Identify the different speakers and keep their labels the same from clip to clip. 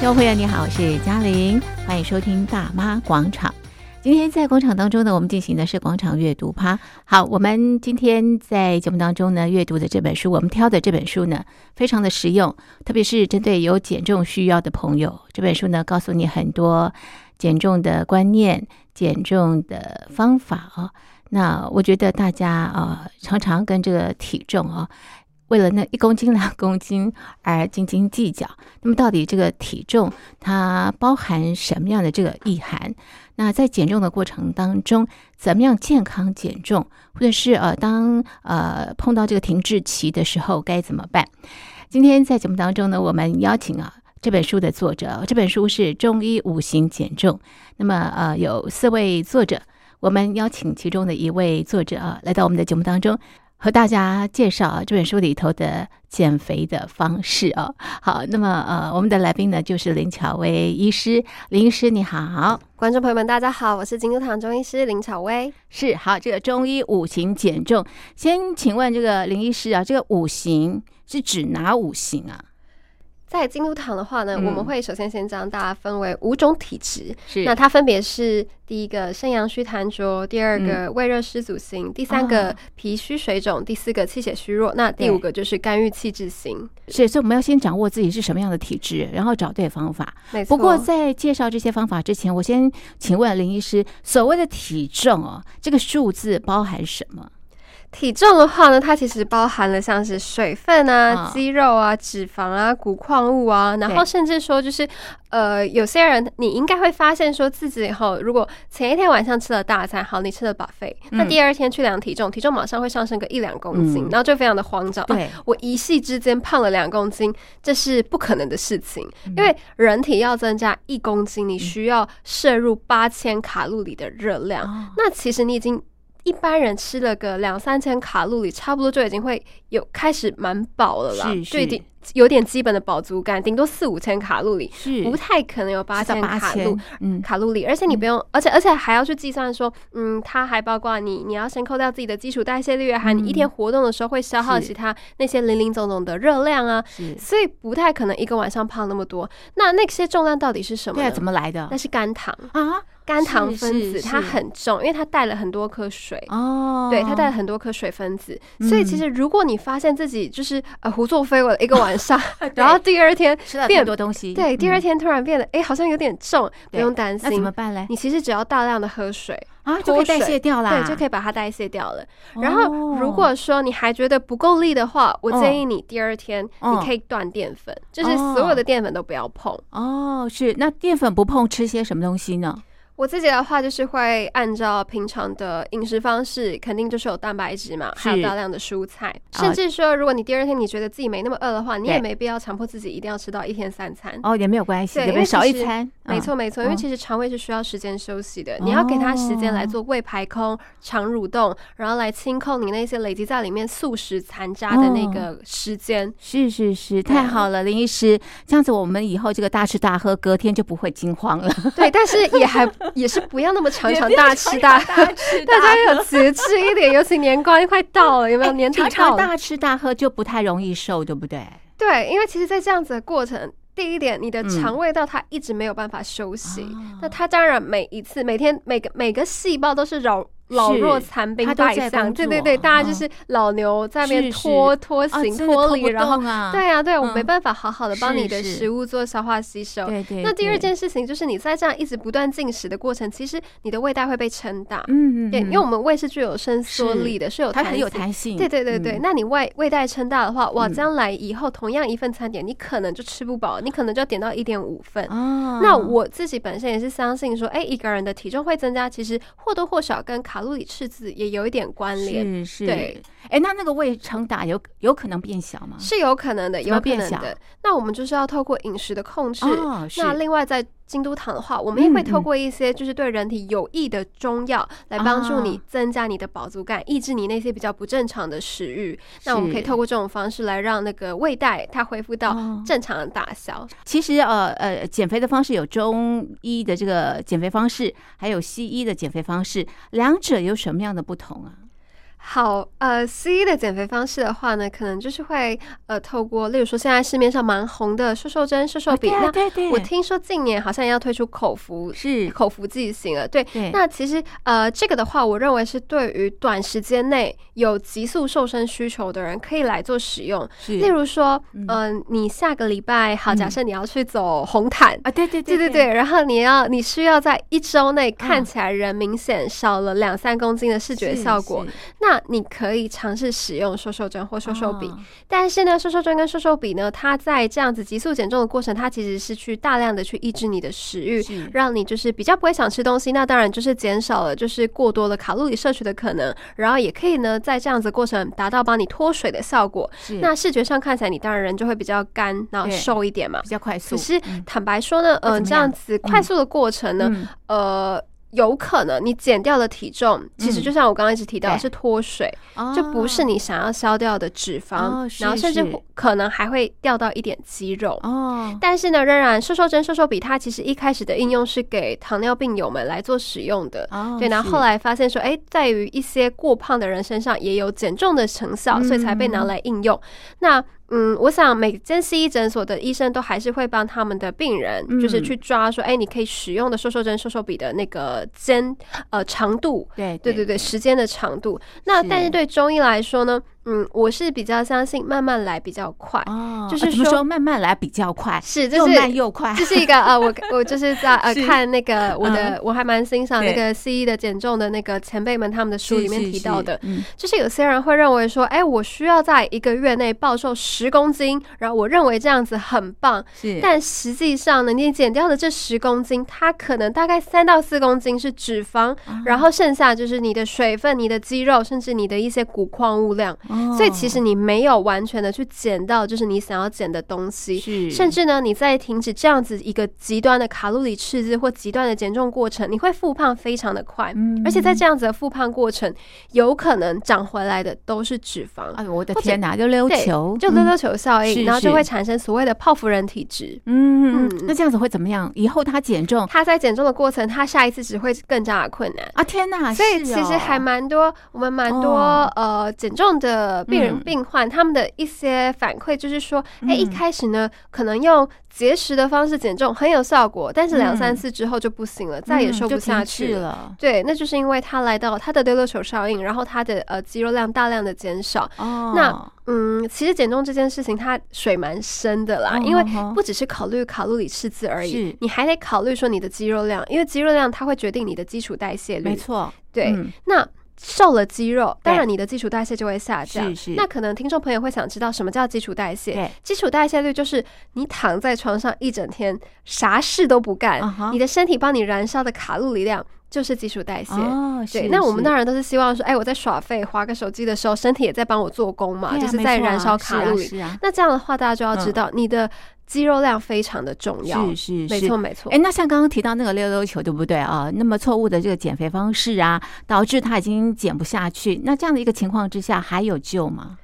Speaker 1: 各位朋友，你好，我是嘉玲，欢迎收听《大妈广场》。今天在广场当中呢，我们进行的是广场阅读趴。好，我们今天在节目当中呢，阅读的这本书，我们挑的这本书呢，非常的实用，特别是针对有减重需要的朋友，这本书呢，告诉你很多减重的观念、减重的方法哦。那我觉得大家啊、常常跟这个体重啊、为了那一公斤两公斤而斤斤计较。那么，到底这个体重它包含什么样的这个意涵？那在减重的过程当中，怎么样健康减重，或者是呃，当呃碰到这个停滞期的时候该怎么办？今天在节目当中呢，我们邀请啊这本书的作者，这本书是《中医五行减重》，那么呃有四位作者，我们邀请其中的一位作者啊来到我们的节目当中。和大家介绍啊这本书里头的减肥的方式啊。好，那么呃，我们的来宾呢就是林巧薇医师，林医师你好。
Speaker 2: 观众朋友们，大家好，我是金珠堂中医师林巧薇。
Speaker 1: 是好，这个中医五行减重，先请问这个林医师啊，这个五行是指哪五行啊？
Speaker 2: 在金珠堂的话呢，
Speaker 1: 嗯
Speaker 2: 我们会首先先将大家分为五种体质，
Speaker 1: 是
Speaker 2: 那它分别是第一个肾阳虚痰浊，第二个胃热湿阻型，第三个
Speaker 1: 嗯哦
Speaker 2: 脾虚水肿，第四个气血虚弱，那第五个就是肝郁气滞型。
Speaker 1: 是，所以我们要先掌握自己是什么样的体质，然后找对方法。
Speaker 2: 没错，
Speaker 1: 不过在介绍这些方法之前，我先请问林医师，所谓的体重哦，这个数字包含什么？
Speaker 2: 体重的话呢，它其实包含了像是水分啊、
Speaker 1: 嗯
Speaker 2: 肌肉啊、脂肪啊、骨矿物啊，然后
Speaker 1: 对
Speaker 2: 甚至说就是，呃，有些人你应该会发现说自己后，如果前一天晚上吃了大餐，好，你吃了 buffet，、那
Speaker 1: 嗯
Speaker 2: 第二天去量体重，体重马上会上升个一两公斤，
Speaker 1: 嗯
Speaker 2: 然后就非常的慌张。啊
Speaker 1: 对，
Speaker 2: 我一夕之间胖了两公斤，这是不可能的事情，
Speaker 1: 嗯
Speaker 2: 因为人体要增加一公斤，你需要摄入八千卡路里的热量。
Speaker 1: 哦
Speaker 2: 那其实你已经一般人吃了个两三千卡路里，差不多就已经会有开始蛮饱了啦，
Speaker 1: 是
Speaker 2: 就已
Speaker 1: 是
Speaker 2: 经有点基本的饱足感，顶多四五千卡路里，
Speaker 1: 是
Speaker 2: 不太可能有八千
Speaker 1: 八
Speaker 2: 卡
Speaker 1: 千
Speaker 2: 路。，
Speaker 1: 嗯，
Speaker 2: 卡路里，而且你不用，而且而且还要去计算说，嗯，它还包括你，你要先扣掉自己的基础代谢率啊，还有你一天活动的时候会消耗
Speaker 1: 嗯是
Speaker 2: 其他那些零零总总的热量啊，
Speaker 1: 是，
Speaker 2: 所以不太可能一个晚上胖那么多。那那些重量到底是什么
Speaker 1: 对啊，
Speaker 2: 呢？
Speaker 1: 怎么来的
Speaker 2: 那是肝糖，
Speaker 1: 啊？
Speaker 2: 肝糖
Speaker 1: 是
Speaker 2: 分
Speaker 1: 是
Speaker 2: 子它
Speaker 1: 是
Speaker 2: 很重，因为它带了很多颗水。
Speaker 1: 哦，嗯
Speaker 2: 对，它带了很多颗水分子，所以其实如果你发现自己就是呃胡作非为了一个晚 上，然后第二天
Speaker 1: 吃了
Speaker 2: 变
Speaker 1: 更多东西，
Speaker 2: 对第二
Speaker 1: 嗯
Speaker 2: 天突然变得哎、好像有点重，不
Speaker 1: 对
Speaker 2: 用担
Speaker 1: 那怎么
Speaker 2: 心，
Speaker 1: 办嘞？
Speaker 2: 你其实只要大量的喝水，
Speaker 1: 啊，就可以
Speaker 2: 脱
Speaker 1: 代
Speaker 2: 水
Speaker 1: 谢掉啦，
Speaker 2: 对，就可以把它代谢掉了。
Speaker 1: 哦嗯
Speaker 2: 然后如果说你还觉得不够力的话，我建议你第二天
Speaker 1: 哦
Speaker 2: 你可以断淀粉，就是所有的淀粉都不要碰。
Speaker 1: 哦，是那淀粉不碰，吃些什么东西呢？
Speaker 2: 我自己的话就是会按照平常的饮食方式，肯定就是有蛋白质嘛，
Speaker 1: 是啊
Speaker 2: 还有大量的蔬菜，甚至说如果你第二天你觉得自己没那么饿的话，你也
Speaker 1: 对
Speaker 2: 没必要强迫自己一定要吃到一天三餐。
Speaker 1: 哦，也没有关系，
Speaker 2: 对
Speaker 1: 也
Speaker 2: 因
Speaker 1: 没
Speaker 2: 为
Speaker 1: 少
Speaker 2: 其
Speaker 1: 一
Speaker 2: 实
Speaker 1: 餐，
Speaker 2: 没错，没错，因为
Speaker 1: 嗯哦
Speaker 2: 其实肠胃是需要时间休息的，你要给它时间来做胃排空、肠蠕动，然后来清空你那些累积在里面素食残渣的那个时间
Speaker 1: 嗯。。是是是，
Speaker 2: 对
Speaker 1: 太
Speaker 2: 啊
Speaker 1: 好了，林医师，这样子我们以后这个大吃大喝，隔天就不会惊慌 了。
Speaker 2: 对，但是也还也是不要那么常
Speaker 1: 也
Speaker 2: 常
Speaker 1: 不要
Speaker 2: 大吃大喝，
Speaker 1: 吃
Speaker 2: 大家要有节制一点，尤其年关快到了，有没有？年底
Speaker 1: 常
Speaker 2: 到
Speaker 1: 常
Speaker 2: 了，
Speaker 1: 哎大吃大喝就不太容易瘦，对不对？
Speaker 2: 对，因为其实，在这样子的过程。第一点，你的
Speaker 1: 嗯
Speaker 2: 肠胃道它一直没有办法休息，
Speaker 1: 啊
Speaker 2: 那它当然每一次每天每个每个细胞都是老老弱残兵
Speaker 1: 它都
Speaker 2: 败
Speaker 1: 在
Speaker 2: 将，
Speaker 1: 工
Speaker 2: 对对
Speaker 1: 作啊
Speaker 2: 对，大家就是是老牛在那边
Speaker 1: 是是
Speaker 2: 拖拖
Speaker 1: 啊，
Speaker 2: 行
Speaker 1: 真的
Speaker 2: 拖
Speaker 1: 拖
Speaker 2: 犁，
Speaker 1: 不
Speaker 2: 然后
Speaker 1: 动啊，
Speaker 2: 对啊对啊，我
Speaker 1: 嗯
Speaker 2: 没办法好好的帮你
Speaker 1: 是
Speaker 2: 的
Speaker 1: 是
Speaker 2: 食物做消化吸收。
Speaker 1: 对对。
Speaker 2: 那第二
Speaker 1: 对，
Speaker 2: 件事情就是你在这样一直不断进食的过程，其实你的胃袋会被撑大，
Speaker 1: 嗯，嗯
Speaker 2: 对，
Speaker 1: 嗯
Speaker 2: 因为我们胃是具有伸缩
Speaker 1: 是
Speaker 2: 力的，是有
Speaker 1: 它很有
Speaker 2: 弹性
Speaker 1: 弹性，
Speaker 2: 对对对对，
Speaker 1: 嗯
Speaker 2: 那你胃胃袋撑大的话，哇，
Speaker 1: 嗯
Speaker 2: 将来以后同样一份餐点，你可能就吃不饱，你可能就要点到一点五份。
Speaker 1: 哦，
Speaker 2: 那我自己本身也是相信说，哎、一个人的体重会增加，其实或多或少跟卡路里赤字也有一点关联，
Speaker 1: 是是，
Speaker 2: 对，
Speaker 1: 哎，那那个胃撑大有有可能变小吗？
Speaker 2: 是有可能的，
Speaker 1: 怎么
Speaker 2: 有可
Speaker 1: 变
Speaker 2: 能
Speaker 1: 小
Speaker 2: 的。那我们就是要透过饮食的控制。
Speaker 1: 哦，是
Speaker 2: 那另外，在京都堂的话，我们也
Speaker 1: 嗯
Speaker 2: 会透
Speaker 1: 嗯
Speaker 2: 过一些就是对人体有益的中药，来帮助你
Speaker 1: 啊
Speaker 2: 增加你的饱足感，抑制你那些比较不正常的食欲。那我们可以
Speaker 1: 是
Speaker 2: 透过这种方式来让那个胃袋它恢复到
Speaker 1: 哦
Speaker 2: 正常的大小。
Speaker 1: 其实呃呃，减肥的方式有中医的这个减肥方式，还有西医的减肥方式，两者有什么样的不同啊？
Speaker 2: 好，呃，C 的减肥方式的话呢，可能就是会呃透过，例如说现在市面上蛮红的瘦瘦针、瘦瘦笔，
Speaker 1: 啊对对
Speaker 2: 那
Speaker 1: 对，
Speaker 2: 我听说近年好像要推出口服
Speaker 1: 是
Speaker 2: 口服剂型了，对。
Speaker 1: 对，
Speaker 2: 那其实，呃，这个的话，我认为是对于短时间内有急速瘦身需求的人可以来做使用。
Speaker 1: 是
Speaker 2: 例如说，
Speaker 1: 嗯
Speaker 2: 嗯、你下个礼拜好，
Speaker 1: 嗯
Speaker 2: 假设你要去走红毯，
Speaker 1: 啊，对对
Speaker 2: 对对
Speaker 1: 对
Speaker 2: 对，然后你要你需要在一周内看
Speaker 1: 嗯
Speaker 2: 起来人明显少了两三公斤的视觉效果，那你可以尝试使用瘦瘦针或瘦瘦
Speaker 1: 哦
Speaker 2: 笔。但是呢，瘦瘦针跟瘦瘦笔呢，它在这样子急速减重的过程，它其实是去大量的去抑制你的食欲。
Speaker 1: 是
Speaker 2: 让你就是比较不会想吃东西，那当然就是减少了就是过多的卡路里摄取的可能，然后也可以呢在这样子过程达到帮你脱水的效果。
Speaker 1: 是
Speaker 2: 那视觉上看起来你当然人就会比较干，然后
Speaker 1: 对
Speaker 2: 瘦一点嘛
Speaker 1: 比。较快速，
Speaker 2: 可是
Speaker 1: 嗯
Speaker 2: 坦白说呢，
Speaker 1: 那
Speaker 2: 呃，
Speaker 1: 怎么
Speaker 2: 这样
Speaker 1: 样
Speaker 2: 子快速的过程呢，
Speaker 1: 嗯
Speaker 2: 呃，有可能你减掉的体重，其实
Speaker 1: 嗯
Speaker 2: 就像我刚刚一直提到
Speaker 1: 对
Speaker 2: 是脱水，
Speaker 1: 哦
Speaker 2: 就不是你想要消掉的脂肪
Speaker 1: 哦，是
Speaker 2: 然后甚至
Speaker 1: 是
Speaker 2: 可能还会掉到一点肌肉。
Speaker 1: 哦，
Speaker 2: 但是呢，仍然瘦瘦针、瘦瘦笔，它其实一开始的应用是给糖尿病友们来做使用的。
Speaker 1: 哦
Speaker 2: 对，然后后
Speaker 1: 是
Speaker 2: 来发现说，哎，在于一些过胖的人身上也有减重的成效，所以才被拿
Speaker 1: 嗯
Speaker 2: 来应用。那嗯，我想每间西医诊所的医生都还是会帮他们的病人，就是
Speaker 1: 嗯
Speaker 2: 去抓说，哎，你可以使用的瘦瘦针、瘦瘦笔的那个间呃长度，
Speaker 1: 对
Speaker 2: 对对对，时间的长度。那但是对中医来说呢，嗯，我是比较相信慢慢来比较快，
Speaker 1: 哦，
Speaker 2: 就是
Speaker 1: 啊怎么
Speaker 2: 说
Speaker 1: 说慢慢来比较快，
Speaker 2: 是就
Speaker 1: 又
Speaker 2: 是
Speaker 1: 慢又 快，
Speaker 2: 这是一个呃，我我就是在呃
Speaker 1: 是嗯
Speaker 2: 看那个我的，我还蛮欣赏
Speaker 1: 对
Speaker 2: 那个西医的减重的那个前辈们他们的书里面提到的，
Speaker 1: 嗯，
Speaker 2: 就是有些人会认为说，哎，我需要在一个月内暴瘦十公斤，然后我认为这样子很棒，
Speaker 1: 是，
Speaker 2: 但实际上呢，你减掉的这十公斤，它可能大概三到四公斤是脂肪，
Speaker 1: 啊
Speaker 2: 然后剩下就是你的水分、你的肌肉，甚至你的一些谷矿物量，
Speaker 1: 哦
Speaker 2: 所以其实你没有完全的去减到就是你想要减的东西。
Speaker 1: 是
Speaker 2: 甚至呢，你在停止这样子一个极端的卡路里赤字或极端的减重过程，你会复胖非常的快，
Speaker 1: 嗯
Speaker 2: 而且在这样子的复胖过程，有可能长回来的都是脂肪，
Speaker 1: 哎呦我的
Speaker 2: 或者
Speaker 1: 天哪，溜溜
Speaker 2: 对
Speaker 1: 球，嗯
Speaker 2: 就溜溜球效
Speaker 1: 是
Speaker 2: 应，然后
Speaker 1: 是
Speaker 2: 就会产生所谓的泡芙人体质。
Speaker 1: 嗯，嗯嗯
Speaker 2: 嗯
Speaker 1: 那这样子会怎么样？以后他减重
Speaker 2: 他在减重的过程，他下一次只会更加的困难。
Speaker 1: 啊，天哪，
Speaker 2: 所以
Speaker 1: 是
Speaker 2: 其实
Speaker 1: 哦
Speaker 2: 还蛮多，我们蛮多、
Speaker 1: 哦
Speaker 2: 呃减重的病人
Speaker 1: 嗯
Speaker 2: 病患，他们的一些反馈就是说，哎、一
Speaker 1: 嗯
Speaker 2: 开始呢可能用节食的方式减重很有效果，但是两三
Speaker 1: 嗯
Speaker 2: 次之后就不行了，再也
Speaker 1: 嗯
Speaker 2: 瘦
Speaker 1: 就
Speaker 2: 不下
Speaker 1: 停滞
Speaker 2: 去。
Speaker 1: 了。
Speaker 2: 对，那就是因为他来到他的溜溜球效应，然后他的呃肌肉量大量的减少。
Speaker 1: 哦，
Speaker 2: 嗯，其实减重这件事情，它水蛮深的啦，
Speaker 1: 哦
Speaker 2: 啊因为
Speaker 1: 哦哦
Speaker 2: 不只是考虑卡路里赤字而
Speaker 1: 是
Speaker 2: 已，你还得考虑说你的肌肉量，因为肌肉量它会决定你的基础代谢率。
Speaker 1: 没错，
Speaker 2: 对，
Speaker 1: 嗯
Speaker 2: 那瘦了肌肉，
Speaker 1: 对
Speaker 2: 当然你的基础代谢就会下降。
Speaker 1: 是是
Speaker 2: 那可能听众朋友会想知道什么叫基础代谢？
Speaker 1: 对，
Speaker 2: 基础代谢率就是你躺在床上一整天，啥事都不干
Speaker 1: 啊哈
Speaker 2: 你的身体帮你燃烧的卡路里量就是基础代谢。
Speaker 1: 哦，是
Speaker 2: 对，那我们当
Speaker 1: 然
Speaker 2: 然都是希望说，哎，我在耍废、划个手机的时候，身体也在帮我做工
Speaker 1: 啊
Speaker 2: 嘛，啊就是在燃烧卡路里。
Speaker 1: 是啊，
Speaker 2: 那这样的话，大家就要知
Speaker 1: 嗯
Speaker 2: 道、你的肌肉量非常的重要。
Speaker 1: 是是
Speaker 2: 没
Speaker 1: 是
Speaker 2: 错，。没错。
Speaker 1: 哎，那像刚刚提到那个溜溜球，对不对啊？那么错误的这个减肥方式啊，导致他已经减不下去。那这样的一个情况之下，还有救吗？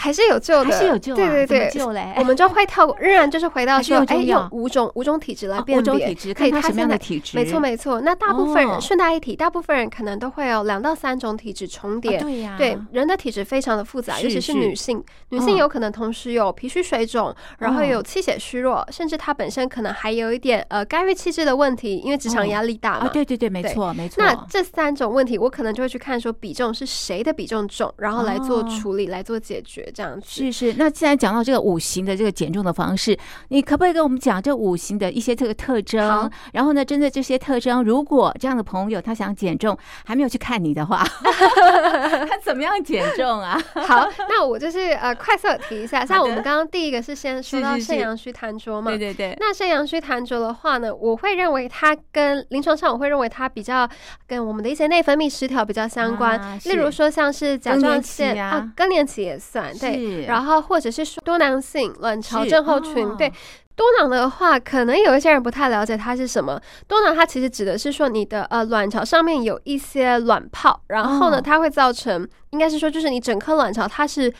Speaker 2: 还是有救的，
Speaker 1: 还是有救啊？
Speaker 2: 对对
Speaker 1: 怎么
Speaker 2: 对，
Speaker 1: 救嘞？
Speaker 2: 我们就会跳过，仍然就是回到
Speaker 1: 还是
Speaker 2: 说，
Speaker 1: 用
Speaker 2: 哎，
Speaker 1: 中药
Speaker 2: 用五种五种体质来
Speaker 1: 啊
Speaker 2: 辨
Speaker 1: 五
Speaker 2: 别，
Speaker 1: 种体质，
Speaker 2: 可以
Speaker 1: 看他什么样的
Speaker 2: 现
Speaker 1: 体质，啊
Speaker 2: 在没错没错，那大部分人、
Speaker 1: 哦
Speaker 2: 顺带一提，大部分人可能都会有两到三种体质重叠。
Speaker 1: 啊对呀，
Speaker 2: 对人的体质非常的复杂，
Speaker 1: 是
Speaker 2: 尤其
Speaker 1: 是
Speaker 2: 是女性，女
Speaker 1: 嗯
Speaker 2: 性有可能同时有脾虚水肿，然后
Speaker 1: 嗯
Speaker 2: 有气血虚弱，甚至她本身可能还有一点呃肝郁气滞的问题，因为职场
Speaker 1: 嗯
Speaker 2: 压力大嘛。
Speaker 1: 啊，对对对，没
Speaker 2: 对
Speaker 1: 错没错。
Speaker 2: 那这三种问题，我可能就会去看说比重是谁的比重重，然后来做
Speaker 1: 哦
Speaker 2: 处理，来做解决这样子。
Speaker 1: 是是，那既然讲到这个五行的这个减重的方式，你可不可以跟我们讲这五行的一些这个特征
Speaker 2: 好？
Speaker 1: 然后呢，针对这些特征，如果这样的朋友他想减重，还没有去看你的 话，他怎么样减重啊？
Speaker 2: 好，那我就是呃快速地提一下，像
Speaker 1: 好
Speaker 2: 我
Speaker 1: 的
Speaker 2: 们刚刚第一个是先说到
Speaker 1: 是是是
Speaker 2: 肾阳虚痰浊嘛。
Speaker 1: 对对，
Speaker 2: 那肾阳虚痰浊的话呢，我会认为它跟临床上我会认为它比较跟我们的一些内分泌失调比较相关，
Speaker 1: 啊
Speaker 2: 例如
Speaker 1: 是
Speaker 2: 说像是甲
Speaker 1: 更年
Speaker 2: 状
Speaker 1: 期
Speaker 2: 腺
Speaker 1: 啊
Speaker 2: 啊，更年期也算
Speaker 1: 是
Speaker 2: 对，然后或者是说多囊性、卵巢
Speaker 1: 是
Speaker 2: 症候群、
Speaker 1: 哦
Speaker 2: 对。多囊的话，可能有一些人不太了解它是什么。多囊它其实指的是说你的呃卵巢上面有一些卵泡，然后呢，
Speaker 1: 哦
Speaker 2: 它会造成应该是说就是你整颗卵巢它是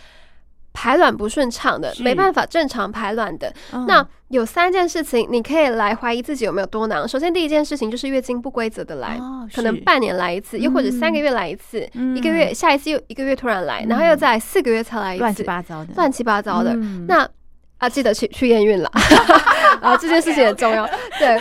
Speaker 2: 排卵不顺畅的，
Speaker 1: 是
Speaker 2: 没办法正常排卵的，
Speaker 1: 嗯
Speaker 2: 那有三件事情你可以来怀疑自己有没有多囊。首先，第一件事情就是月经不规则的来，
Speaker 1: 哦
Speaker 2: 可能
Speaker 1: 是
Speaker 2: 半年来一次，又或者三个月来一次，
Speaker 1: 嗯
Speaker 2: 一个月下一次又一个月突然来，
Speaker 1: 嗯
Speaker 2: 然后又再来四个月才来一次，
Speaker 1: 乱七八糟的，
Speaker 2: 乱七八糟的。
Speaker 1: 嗯
Speaker 2: 那啊，记得去去 验孕啦，啊，这件事情很重要。对，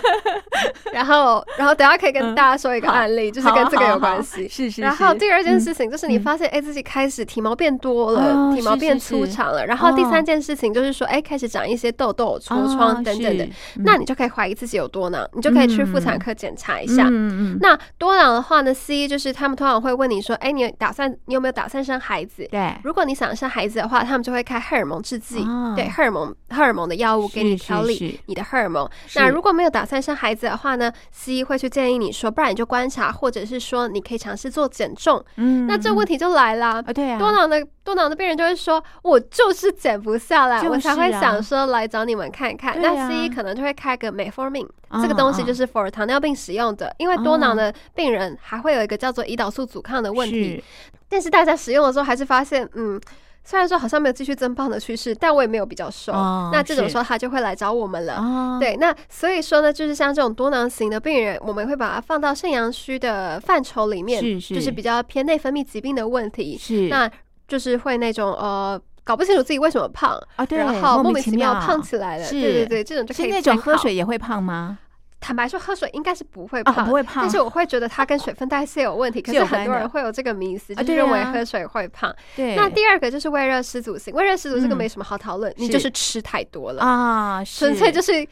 Speaker 2: 然后然后等下可以跟
Speaker 1: 嗯
Speaker 2: 大家说一个
Speaker 1: 好
Speaker 2: 案例，就是
Speaker 1: 好
Speaker 2: 跟这个
Speaker 1: 好
Speaker 2: 有关
Speaker 1: 好
Speaker 2: 系。
Speaker 1: 是是。
Speaker 2: 然后
Speaker 1: 是
Speaker 2: 第二件事情就是你
Speaker 1: 嗯
Speaker 2: 发现，哎，自己开始体毛变多
Speaker 1: 哦
Speaker 2: 了，体毛
Speaker 1: 是
Speaker 2: 变
Speaker 1: 是
Speaker 2: 粗
Speaker 1: 是
Speaker 2: 长了。然后第
Speaker 1: 哦
Speaker 2: 三件事情就是说，哎，开始长一些痘痘、痤疮
Speaker 1: 哦
Speaker 2: 等等的
Speaker 1: 是，
Speaker 2: 那
Speaker 1: 嗯
Speaker 2: 你就可以怀疑自己有多囊，你就可以去妇产
Speaker 1: 嗯
Speaker 2: 科检查一下。
Speaker 1: 嗯嗯嗯，
Speaker 2: 那多囊的话呢，C 就是他们通常会问你说，哎，你有打算你有没有打算生孩子？
Speaker 1: 对，
Speaker 2: 如果你想生孩子的话，他们就会开荷尔蒙制剂，
Speaker 1: 啊
Speaker 2: 对荷尔蒙荷尔蒙的药物给你
Speaker 1: 是
Speaker 2: 调
Speaker 1: 是
Speaker 2: 理
Speaker 1: 是
Speaker 2: 你的荷尔蒙。
Speaker 1: 是
Speaker 2: 那如果没有打算生孩子的话呢，西医会去建议你说，不然你就观察，或者是说你可以尝试做减重。
Speaker 1: 嗯，
Speaker 2: 那这问
Speaker 1: 题
Speaker 2: 题就来啦。
Speaker 1: 啊，对啊，
Speaker 2: 多囊的多囊的病人就会说，我就是减不下来，
Speaker 1: 就是啊
Speaker 2: 我才会想说来找你们看看。
Speaker 1: 对啊
Speaker 2: 那西医可能就会开个 metformin，、
Speaker 1: 啊
Speaker 2: 这个东西
Speaker 1: 啊
Speaker 2: 就是 for 糖尿病使用的，因为多囊的病人还会有一个叫做胰岛素阻抗的问题。
Speaker 1: 是
Speaker 2: 但是大家使用的时候还是发现，嗯，虽然说好像没有继续增胖的趋势，但我也没有比较瘦。
Speaker 1: 哦
Speaker 2: 那这种
Speaker 1: 是
Speaker 2: 时候他就会来找我们了。
Speaker 1: 啊，
Speaker 2: 对，那所以说呢，就是像这种多囊型的病人，我们会把它放到肾阳虚的范畴里面，
Speaker 1: 是是
Speaker 2: 就是比较偏内分泌疾病的问题。
Speaker 1: 是
Speaker 2: 那就是会那种呃，搞不清楚自己为什么胖，
Speaker 1: 啊，对，
Speaker 2: 然后莫
Speaker 1: 莫
Speaker 2: 名
Speaker 1: 其
Speaker 2: 其妙
Speaker 1: 妙
Speaker 2: 胖起来了。
Speaker 1: 是
Speaker 2: 对对对，这种就可
Speaker 1: 是
Speaker 2: 以
Speaker 1: 那种
Speaker 2: 参
Speaker 1: 喝
Speaker 2: 考。
Speaker 1: 水也会胖吗？
Speaker 2: 坦白说，喝水应该是不会
Speaker 1: 啊，
Speaker 2: 胖，
Speaker 1: 不会胖，
Speaker 2: 但是我会觉得它跟水分代谢有问题，可
Speaker 1: 是
Speaker 2: 是
Speaker 1: 有
Speaker 2: 很
Speaker 1: 关
Speaker 2: 多
Speaker 1: 的
Speaker 2: 人会有这个迷思，
Speaker 1: 啊
Speaker 2: 就是
Speaker 1: 对
Speaker 2: 认为
Speaker 1: 啊
Speaker 2: 喝水会胖。
Speaker 1: 对
Speaker 2: 那第二个就是胃热失足型，胃热失足这个
Speaker 1: 嗯
Speaker 2: 没什么好讨论，你
Speaker 1: 是
Speaker 2: 就是吃太多了，
Speaker 1: 啊，
Speaker 2: 纯粹就是是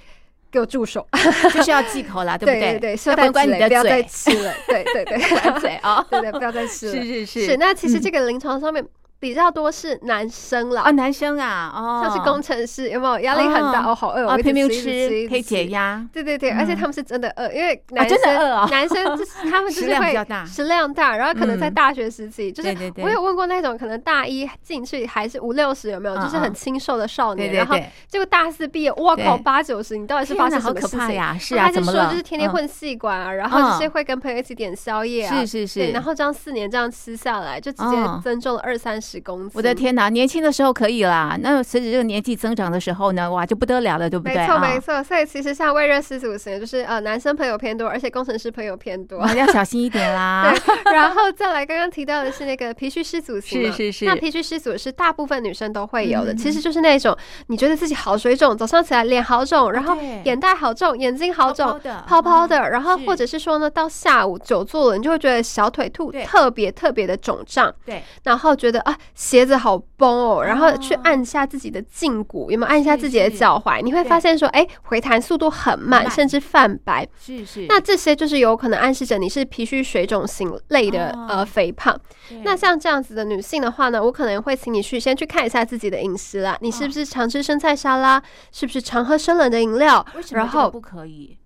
Speaker 2: 给我住手，
Speaker 1: 就是要忌口啦，对不
Speaker 2: 对对对，
Speaker 1: 要
Speaker 2: 舌
Speaker 1: 不然
Speaker 2: 淡
Speaker 1: 关
Speaker 2: 之
Speaker 1: 你
Speaker 2: 类，
Speaker 1: 的
Speaker 2: 不要再
Speaker 1: 嘴，
Speaker 2: 吃了，对 对对，
Speaker 1: 关嘴啊，
Speaker 2: 对对，不要再吃了。
Speaker 1: 是是
Speaker 2: 是，那其实
Speaker 1: 嗯
Speaker 2: 这个临床上面比较多是男生
Speaker 1: 啊，
Speaker 2: 啦，
Speaker 1: 男生啊，哦，
Speaker 2: 像是工程师有没有压力很大？
Speaker 1: 哦
Speaker 2: 哦，好饿，
Speaker 1: 啊，
Speaker 2: 我一直
Speaker 1: 拼命
Speaker 2: 一直一
Speaker 1: 吃
Speaker 2: 直
Speaker 1: 可以解
Speaker 2: 吃
Speaker 1: 压，
Speaker 2: 对对对，而且
Speaker 1: 嗯
Speaker 2: 他们是真的饿，因为
Speaker 1: 啊
Speaker 2: 男
Speaker 1: 真
Speaker 2: 生、
Speaker 1: 的饿啊
Speaker 2: 男生就是 他们就
Speaker 1: 食
Speaker 2: 是
Speaker 1: 量比
Speaker 2: 会
Speaker 1: 较大
Speaker 2: 食量大，然后可能在
Speaker 1: 嗯
Speaker 2: 大学时期，就
Speaker 1: 对
Speaker 2: 是
Speaker 1: 对对
Speaker 2: 我有问过那种可能大一进去还是五六十有没有，
Speaker 1: 嗯
Speaker 2: 就是很清瘦的少
Speaker 1: 对
Speaker 2: 年，
Speaker 1: 对
Speaker 2: 然后
Speaker 1: 对，
Speaker 2: 结果大四毕业，哇靠
Speaker 1: 对
Speaker 2: 八九十，你到底是
Speaker 1: 天
Speaker 2: 发
Speaker 1: 哪
Speaker 2: 生什
Speaker 1: 好
Speaker 2: 么
Speaker 1: 可
Speaker 2: 事
Speaker 1: 怕
Speaker 2: 情？
Speaker 1: 呀，是啊，
Speaker 2: 他
Speaker 1: 怎
Speaker 2: 就
Speaker 1: 么
Speaker 2: 说
Speaker 1: 了？
Speaker 2: 就是天天
Speaker 1: 嗯，
Speaker 2: 混戏馆啊，然后
Speaker 1: 嗯
Speaker 2: 就是会跟朋友一起点宵夜啊，
Speaker 1: 是是
Speaker 2: 对，
Speaker 1: 是，
Speaker 2: 然后这样四年这样吃下来，就直接
Speaker 1: 嗯
Speaker 2: 增重了二三十公斤。
Speaker 1: 我的！天哪，年轻的时候可以啦，那随着这个年纪增长的时候呢，哇，就不得了了，对不
Speaker 2: 没
Speaker 1: 对啊？
Speaker 2: 错没错，所以其实像胃热四十五型，就是呃男生朋友偏多，而且工程师朋友偏 多。
Speaker 1: 啊要小心一点啦。
Speaker 2: 对，然后再来刚刚提到的是那个脾虚湿 足型嘛，
Speaker 1: 是是是
Speaker 2: 那脾虚湿足是大部分女生都会有的，
Speaker 1: 嗯
Speaker 2: 其实就是那种你觉得自己好水肿，早上起来脸好肿，然后
Speaker 1: 哦对
Speaker 2: 眼袋好重，眼睛好肿。
Speaker 1: 的嗯
Speaker 2: 泡泡的，然后
Speaker 1: 是
Speaker 2: 或者是说呢，到下午久坐了，你就会觉得小腿肚
Speaker 1: 对
Speaker 2: 特别特别的肿胀，
Speaker 1: 对，
Speaker 2: 然后觉得啊鞋子好崩哦，然后去
Speaker 1: 哦
Speaker 2: 按一下自己的胫骨，有没有按一下
Speaker 1: 是
Speaker 2: 自己的
Speaker 1: 是
Speaker 2: 脚踝？你会
Speaker 1: 对
Speaker 2: 发现说，哎，回弹速度很慢，
Speaker 1: 慢
Speaker 2: 甚至泛白。
Speaker 1: 是是
Speaker 2: 那这些就是有可能暗示着你是脾虚水肿型类的、
Speaker 1: 哦
Speaker 2: 呃肥胖。
Speaker 1: 嗯
Speaker 2: 那像这样子的女性的话呢，我可能会请你去先去看一下自己的饮食啦，你是不是常吃生菜沙拉？是不是常喝生冷的饮料？
Speaker 1: 为什么
Speaker 2: 然
Speaker 1: 这个
Speaker 2: 后
Speaker 1: 不可以